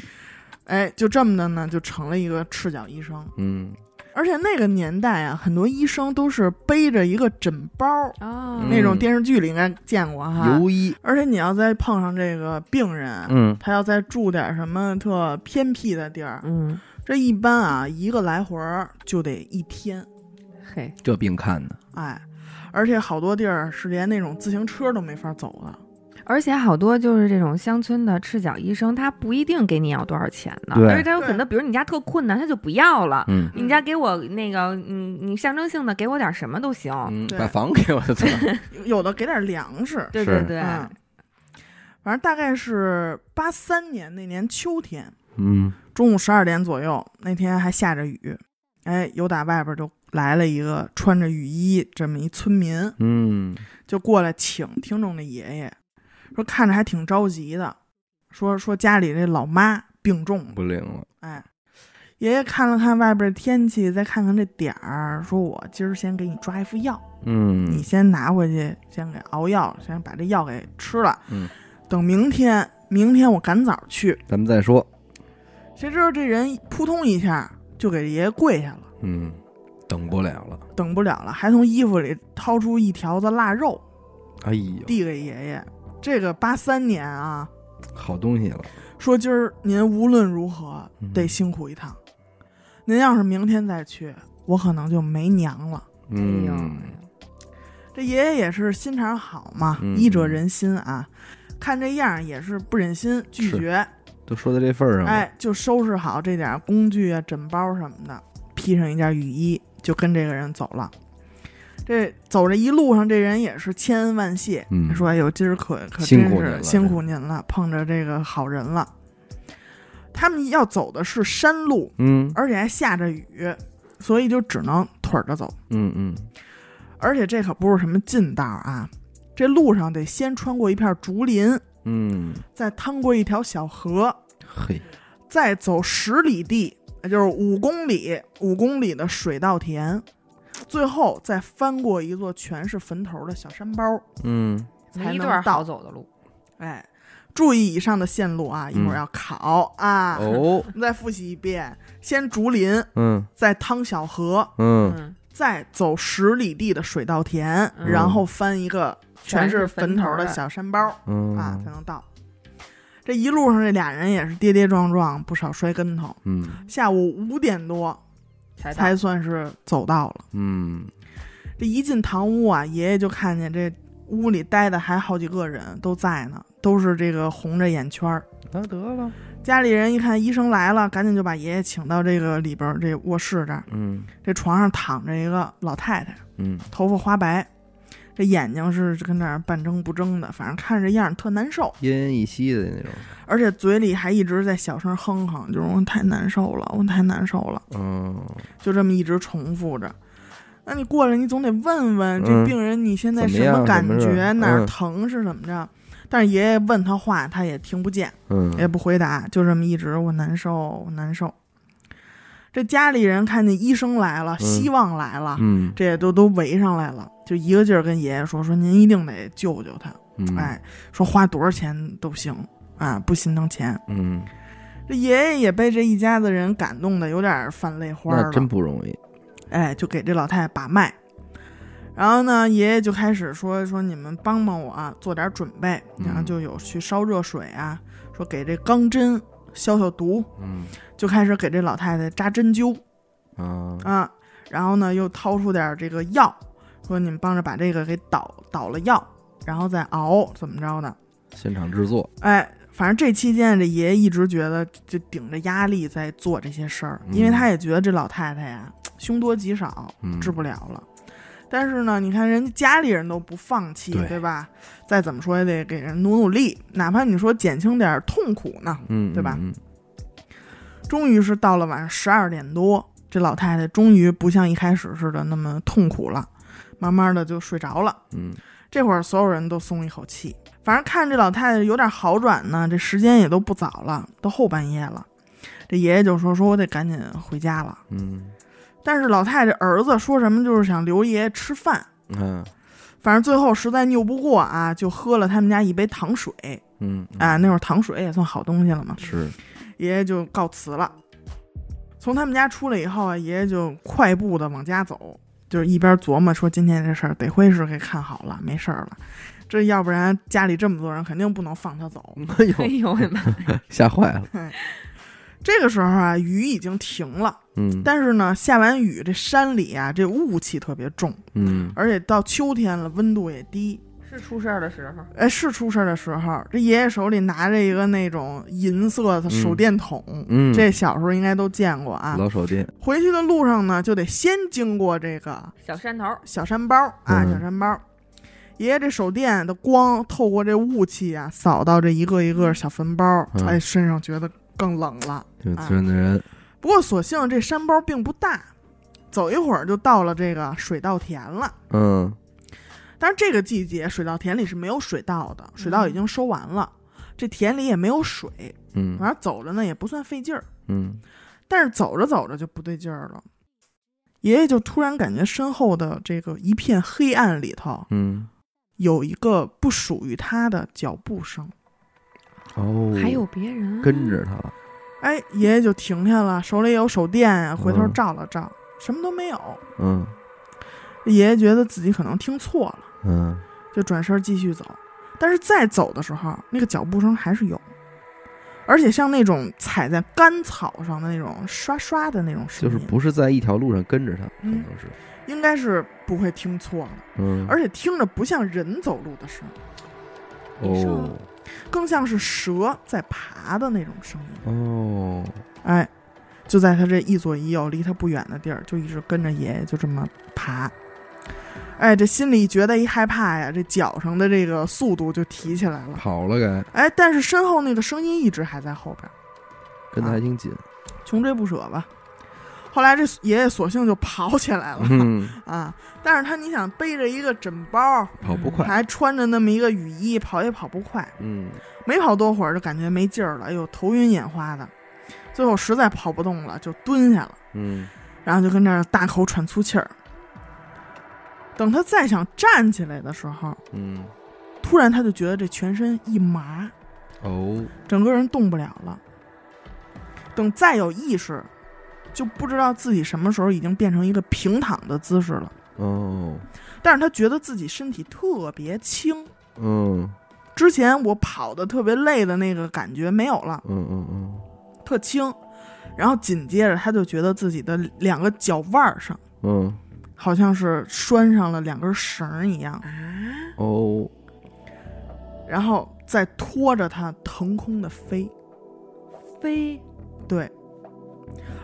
S2: 哎，就这么的呢，就成了一个赤脚医生。
S1: 嗯，
S2: 而且那个年代啊，很多医生都是背着一个诊包，
S3: 哦，
S2: 那种电视剧里应该见过
S3: 啊
S2: 哈。
S1: 游医，
S2: 而且你要再碰上这个病人，
S1: 嗯
S2: 他要再住点什么特偏僻的地儿，
S3: 嗯，
S2: 这一般啊，一个来回儿就得一天，
S3: 嘿，
S1: 这病看的，
S2: 哎，而且好多地儿是连那种自行车都没法走的。
S3: 而且好多就是这种乡村的赤脚医生，他不一定给你要多少钱的，
S1: 对
S3: 而且他有可能，比如你家特困难，他就不要了。
S1: 嗯
S3: 你家给我那个，你你象征性的给我点什么都行。
S1: 嗯，
S2: 对
S1: 把房给我操，
S2: 有的给点粮食，
S3: 对对
S1: 是
S3: 对，
S2: 嗯，反正大概是八三年那年秋天，
S1: 嗯
S2: 中午十二点左右，那天还下着雨，哎，有打外边就来了一个穿着雨衣这么一村民，
S1: 嗯
S2: 就过来请听众的爷爷，说看着还挺着急的，说说家里这老妈病重了，
S1: 不灵了，
S2: 哎。爷爷看了看外边天气，再看看这点儿，说：“我今儿先给你抓一副药，你
S1: 嗯
S2: 先拿回去，先给熬药，先把这药给吃了。
S1: 嗯，
S2: 等明天，明天我赶早去。
S1: 咱们再说，
S2: 谁知道这人扑通一下就给爷爷跪下了，
S1: 嗯，等不了了，
S2: 等不了了，还从衣服里掏出一条子腊肉
S1: 哎呦，
S2: 递给爷爷。这个八三年啊，
S1: 好东西了，
S2: 说今儿您无论如何
S1: 嗯
S2: 得辛苦一趟，您要是明天再去，我可能就没娘了。
S3: 哎呦
S1: 嗯，
S2: 这爷爷也是心肠好嘛，
S1: 嗯
S2: 医者仁心啊，看这样也是不忍心拒
S1: 是
S2: 绝，
S1: 都说到这份儿上了，
S2: 哎，就收拾好这点工具啊、枕包什么的，披上一件雨衣，就跟这个人走了。这走着一路上，这人也是千恩万谢，
S1: 嗯
S2: 说：“哎呦，今儿可可
S1: 辛
S2: 真
S1: 苦您
S2: 是
S1: 了
S2: 辛
S1: 这
S2: 苦您了，碰着这个好人了。”他们要走的是山路，
S1: 嗯
S2: 而且还下着雨，所以就只能腿着走。
S1: 嗯嗯，
S2: 而且这可不是什么近道啊，这路上得先穿过一片竹林，
S1: 嗯，
S2: 再趟过一条小河，
S1: 嘿，
S2: 再走十里地，也就是五公里，五公里的水稻田，最后再翻过一座全是坟头的小山包，
S1: 嗯
S3: 没
S2: 才
S3: 一段
S2: 能到
S3: 好。走的路。
S2: 哎，注意以上的线路啊，一会儿要考、啊，
S1: 嗯哦，
S2: 我们再复习一遍：先竹林，
S1: 嗯
S2: 再趟小河，
S1: 嗯，
S3: 嗯，
S2: 再走十里地的水稻田，
S3: 嗯
S2: 然后翻一个全是
S3: 是
S2: 坟
S3: 坟
S2: 头的
S3: 的
S2: 小山包。
S1: 嗯
S2: 啊才能到。这一路上，这俩人也是跌跌撞撞，不少摔跟头。
S1: 嗯
S2: 下午五点多
S3: 才 到
S2: 才算是走到了。
S1: 嗯，
S2: 这一进堂屋啊，爷爷就看见这屋里待的还好几个人都在呢，都是这个红着眼圈儿。
S1: 那得了，
S2: 家里人一看医生来了，赶紧就把爷爷请到这个里边儿这卧室这儿。
S1: 嗯
S2: 这床上躺着一个老太太，
S1: 嗯
S2: 头发花白，这眼睛是跟那儿半睁不睁的，反正看着样儿特难受。
S1: 奄奄一息的那种，
S2: 而且嘴里还一直在小声哼哼，就是我太难受了，我太难受了，
S1: 嗯，
S2: 就这么一直重复着。那你过来，你总得问问
S1: 嗯
S2: 这病人你现在
S1: 怎么
S2: 什么
S1: 样
S2: 感
S1: 怎么
S2: 觉，
S1: 着
S2: 哪儿
S1: 嗯
S2: 疼是怎么着？但是爷爷问他话，他也听不见，也
S1: 嗯
S2: 不回答，就这么一直我难受，我难受。这家里人看见医生来了，
S1: 嗯
S2: 希望来了，
S1: 嗯
S2: 这也都都围上来了，就一个劲儿跟爷爷说说您一定得救救他，
S1: 嗯，
S2: 哎，说花多少钱都行啊，不心疼钱。
S1: 嗯，
S2: 这爷爷也被这一家子人感动的有点泛泪花
S1: 那
S2: 了，
S1: 真不容易，
S2: 哎，就给这老太太把脉。然后呢，爷爷就开始说说你们帮帮我啊，做点准备，
S1: 嗯
S2: 然后就有去烧热水啊，说给这钢针消消毒，
S1: 嗯
S2: 就开始给这老太太扎针灸
S1: 啊，
S2: 啊。然后呢，又掏出点这个药，说你们帮着把这个给捣捣了药，然后再熬怎么着的。
S1: 现场制作，
S2: 哎，反正这期间，这爷爷一直觉得就顶着压力在做这些事儿，
S1: 嗯
S2: 因为他也觉得这老太太呀凶多吉少，
S1: 嗯，
S2: 治不了了。但是呢，你看人家家里人都不放弃，对
S1: 对
S2: 吧？再怎么说也得给人努努力，哪怕你说减轻点儿痛苦呢。
S1: 嗯，
S2: 对吧
S1: 嗯？
S2: 终于是到了晚上十二点多，这老太太终于不像一开始似的那么痛苦了，慢慢的就睡着了。
S1: 嗯
S2: 这会儿所有人都松一口气，反正看这老太太有点好转呢，这时间也都不早了，都后半夜了。这爷爷就说：“说我得赶紧回家了。
S1: 嗯”
S2: 但是老太太儿子说什么就是想留爷爷吃饭，
S1: 嗯
S2: 反正最后实在拗不过啊，就喝了他们家一杯糖水
S1: 嗯
S2: 啊，那会儿糖水也算好东西了嘛。
S1: 是
S2: 爷爷就告辞了。从他们家出来以后啊，爷爷就快步的往家走，就是一边琢磨说今天这事儿得亏是给看好了，没事儿了。这要不然家里这么多人，肯定不能放他走。
S1: 哎
S3: 哎
S1: 呦，
S3: 呦我的妈！
S1: 吓坏了。
S2: 这个时候啊，雨已经停了，
S1: 嗯
S2: 但是呢，下完雨这山里啊，这雾气特别重，
S1: 嗯
S2: 而且到秋天了，温度也低。
S3: 是出事儿的时候，
S2: 哎，是出事儿的时候，这爷爷手里拿着一个那种银色的手电筒，
S1: 嗯，
S2: 这小时候应该都见过啊。
S1: 老手电，
S2: 回去的路上呢，就得先经过这个
S3: 小山头儿，
S2: 小山包啊，
S1: 嗯
S2: 小山包。爷爷这手电的光透过这雾气啊，扫到这一个一个小坟包，
S1: 嗯
S2: 哎，身上觉得更冷了。
S1: 有自然的人，
S2: 不过所幸这山包并不大，走一会儿就到了这个水稻田了。
S1: 嗯
S2: 但是这个季节水稻田里是没有水稻的，水稻已经收完了，这田里也没有水，
S1: 嗯
S2: 反正走着呢也不算费劲儿。
S1: 嗯
S2: 但是走着走着就不对劲儿了，爷爷就突然感觉身后的这个一片黑暗里头
S1: 嗯，
S2: 有一个不属于他的脚步声。
S1: 哦，
S3: 还有别人
S1: 跟着他了，
S2: 哎，爷爷就停下了，手里有手电啊，回头
S1: 嗯
S2: 照了照，什么都没有。
S1: 嗯
S2: 爷爷觉得自己可能听错了。
S1: 嗯
S2: 就转身继续走。但是再走的时候，那个脚步声还是有，而且像那种踩在干草上的那种刷刷的那种声
S1: 就
S2: 音，
S1: 是不是在一条路上跟着他，可
S2: 嗯
S1: 能是，
S2: 应该是不会听错的，
S1: 嗯，
S2: 而且听着不像人走路的声音，
S1: 哦
S2: 更像是蛇在爬的那种声音。
S1: 哦，
S2: 哎，就在他这一左一右离他不远的地儿，就一直跟着爷爷就这么爬。哎，这心里觉得一害怕呀，这脚上的这个速度就提起来了。
S1: 跑了该，
S2: 哎，但是身后那个声音一直还在后边。
S1: 跟的还挺紧，
S2: 穷追不舍吧。后来这爷爷索性就跑起来了、
S1: 嗯，
S2: 啊！但是他你想背着一个枕包，
S1: 跑不 快，
S2: 还穿着那么一个雨衣，跑也跑不快，
S1: 嗯
S2: 没跑多会儿就感觉没劲儿了，哎呦头晕眼花的，最后实在跑不动了就蹲下了，
S1: 嗯
S2: 然后就跟那儿大口喘粗气儿。等他再想站起来的时候，
S1: 嗯，
S2: 突然他就觉得这全身一麻，
S1: 哦，
S2: 整个人动不了了。等再有意识，就不知道自己什么时候已经变成一个平躺的姿势了。
S1: 哦，
S2: 但是他觉得自己身体特别轻，
S1: 嗯
S2: 之前我跑的特别累的那个感觉没有了，
S1: 嗯嗯嗯
S2: 特轻。然后紧接着他就觉得自己的两个脚腕儿上
S1: 嗯，
S2: 好像是拴上了两根绳儿一样，
S3: 啊，
S1: 哦，
S2: 然后再拖着他腾空的飞。
S3: 飞
S2: 对，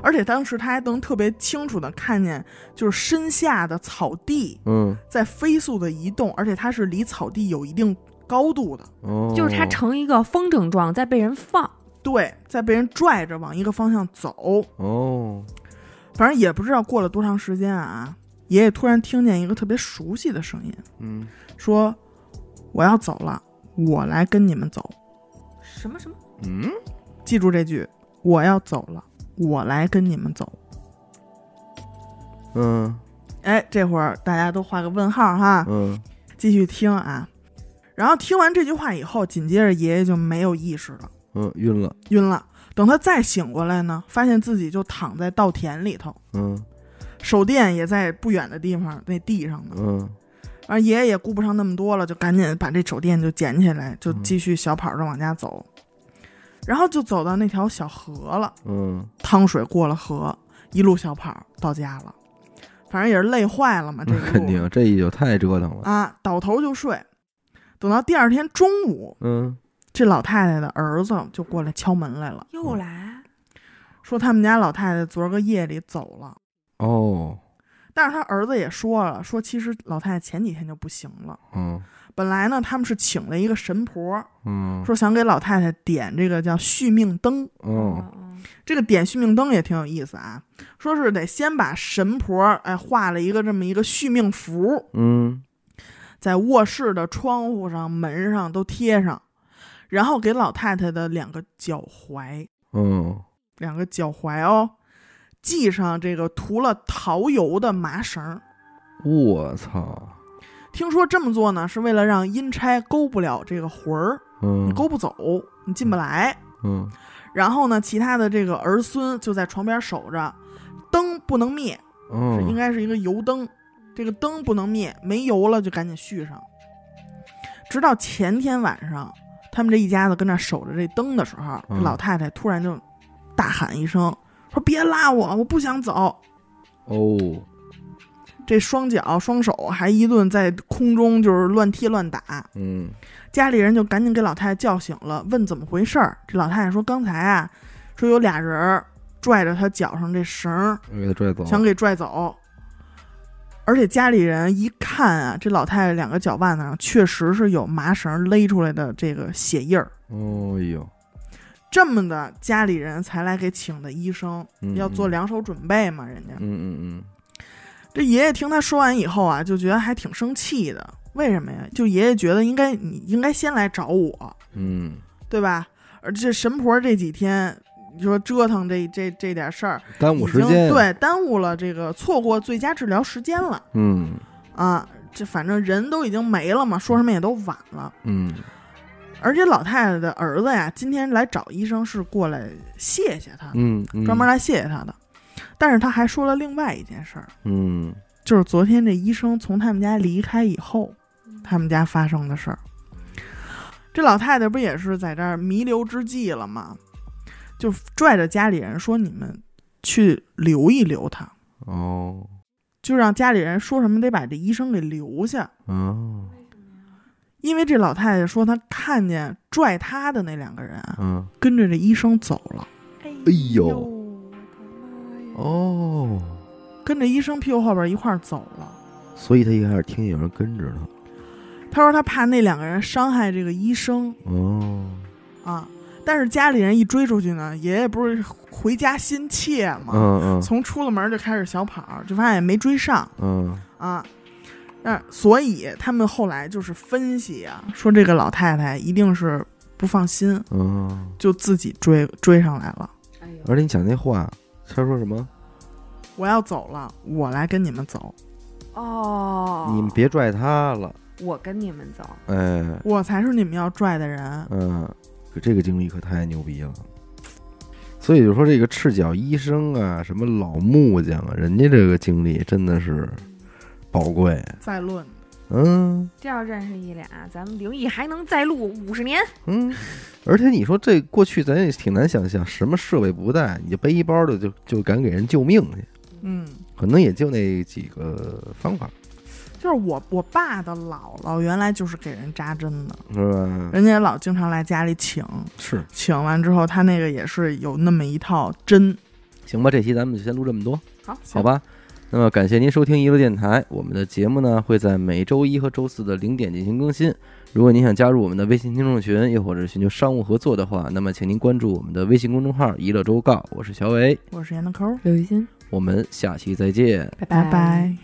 S2: 而且当时他还能特别清楚的看见，就是身下的草地
S1: 嗯
S2: 在飞速的移动，而且它是离草地有一定高度的。
S1: 哦，
S3: 就是它成一个风筝状，在被人放，
S2: 对，在被人拽着往一个方向走，
S1: 哦，
S2: 反正也不知道过了多长时间啊。爷爷突然听见一个特别熟悉的声音，
S1: 嗯，
S2: 说：“我要走了，我来跟你们走。
S3: 什么什么，
S1: 嗯，”
S2: 记住这句：“我要走了，我来跟你们走。”
S1: 嗯
S2: 哎，这会儿大家都画个问号哈。
S1: 嗯，
S2: 继续听啊。然后听完这句话以后，紧接着爷爷就没有意识了，
S1: 嗯，晕了，
S2: 晕了。等他再醒过来呢，发现自己就躺在稻田里头，
S1: 嗯
S2: 手电也在不远的地方那地上呢。
S1: 嗯
S2: 而爷爷也顾不上那么多了，就赶紧把这手电就捡起来，就继续小跑着往家走。然后就走到那条小河了，
S1: 嗯
S2: 趟水过了河，一路小跑到家了。反正也是累坏了嘛，这
S1: 那
S2: 一路
S1: 肯定，这一宿太折腾了，
S2: 哎啊，倒头就睡。等到第二天中午，
S1: 嗯
S2: 这老太太的儿子就过来敲门来了，
S3: 又来，
S2: 说他们家老太太昨儿个夜里走了。
S1: 哦，
S2: 但是他儿子也说了，说其实老太太前几天就不行了。
S1: 嗯
S2: 本来呢，他们是请了一个神婆，
S1: 嗯，
S2: 说想给老太太点这个叫续命灯。
S1: 哦
S3: 嗯，
S2: 这个点续命灯也挺有意思啊，说是得先把神婆哎画了一个这么一个续命符，
S1: 嗯
S2: 在卧室的窗户上、门上都贴上，然后给老太太的两个脚踝
S1: 嗯
S2: 两个脚踝哦，系上这个涂了桃油的麻绳儿。
S1: 我操，
S2: 听说这么做呢，是为了让阴差勾不了这个魂儿，你
S1: 嗯
S2: 勾不走，你进不来。
S1: 嗯
S2: 然后呢，其他的这个儿孙就在床边守着，灯不能灭，是应
S1: 嗯，
S2: 该是一个油灯，这个灯不能灭，没油了就赶紧续上。直到前天晚上，他们这一家子跟那守着这灯的时候，这
S1: 嗯
S2: 老太太突然就大喊一声，说：“别拉我，我不想走。
S1: 哦，”
S2: 这双脚啊双手还一顿在空中就是乱踢乱打，
S1: 嗯
S2: 家里人就赶紧给老太太叫醒了，问怎么回事儿。这老太太说：“刚才啊，说有俩人儿拽着她脚上这绳儿，
S1: 我给他拽走，
S2: 想给拽走。而且家里人一看啊，这老太太两个脚腕子上确实是有麻绳勒出来的这个血印儿。
S1: 哦呦，
S2: 这么的，家里人才来给请的医生，
S1: 嗯
S2: 要做，两手准备嘛。人家
S1: 嗯嗯
S2: 这爷爷听他说完以后啊，就觉得还挺生气的。为什么呀？就爷爷觉得应该你应该先来找我，
S1: 嗯
S2: 对吧？而这神婆这几天，你说折腾这这这点事儿，
S1: 嗯，耽误
S2: 已
S1: 时
S2: 经
S1: 间，，
S2: 对耽误了这个错过最佳治疗时间了。
S1: 嗯
S2: 啊，这反正人都已经没了嘛，说什么也都晚了。
S1: 嗯，
S2: 而且老太太的儿子呀，今天来找医生是过来谢谢他，
S1: 嗯，
S2: 专门，来谢谢他的。但是他还说了另外一件事儿，
S1: 嗯，
S2: 就是昨天这医生从他们家离开以后，他们家发生的事儿。这老太太不也是在这儿弥留之际了吗？就拽着家里人说：“你们去留一留他，
S1: 哦，
S2: 就让家里人说什么得把这医生给留下。”
S1: 哦，
S2: 因为这老太太说她看见拽她的那两个人啊
S1: 嗯，
S2: 跟着这医生走了，
S1: 哎呦
S3: 我的妈呀！
S1: 哦，
S2: 跟着医生屁股后边一块儿走了。
S1: 所以他一开始听有人跟着他，
S2: 她说她怕那两个人伤害这个医生
S1: 哦，
S2: 啊，但是家里人一追出去呢，爷爷不是回家心切嘛，
S1: 嗯嗯
S2: 从出了门就开始小跑，就发现也没追上
S1: 嗯，
S2: 啊。那所以他们后来就是分析啊，说这个老太太一定是不放心，
S1: 嗯，
S2: 就自己追追上来了。
S3: 哎呦
S1: 而且你讲那话，他说什么？
S2: 我要走了，我来跟你们走。
S3: 哦，
S1: 你们别拽他了，
S3: 我跟你们走，
S1: 哎，
S2: 我才是你们要拽的人。
S1: 嗯，可这个经历可太牛逼了。所以就说这个赤脚医生啊，什么老木匠啊，人家这个经历真的是宝贵。
S2: 再论，
S1: 嗯
S3: 这要认识一俩，咱们灵异还能再录五十年。
S1: 嗯，而且你说这过去咱也挺难想象，什么设备不带，你就背一包的就就敢给人救命去，
S2: 嗯，
S1: 可能也就那几个方法，
S2: 就是我我爸的姥姥原来就是给人扎针的，
S1: 是吧？
S2: 人家老经常来家里请，
S1: 是，
S2: 请完之后他那个也是有那么一套针。
S1: 行吧，这期咱们就先录这么多。
S3: 好，
S1: 好吧。那么感谢您收听一路电台，我们的节目呢会在每周一和周四的零点进行更新。如果您想加入我们的微信听众群，又或者寻求商务合作的话，那么请您关注我们的微信公众号“一乐周告”，我是小伟，
S2: 我是闫德抠，
S3: 刘雨欣，
S1: 我们下期再见。
S3: 拜
S2: 拜拜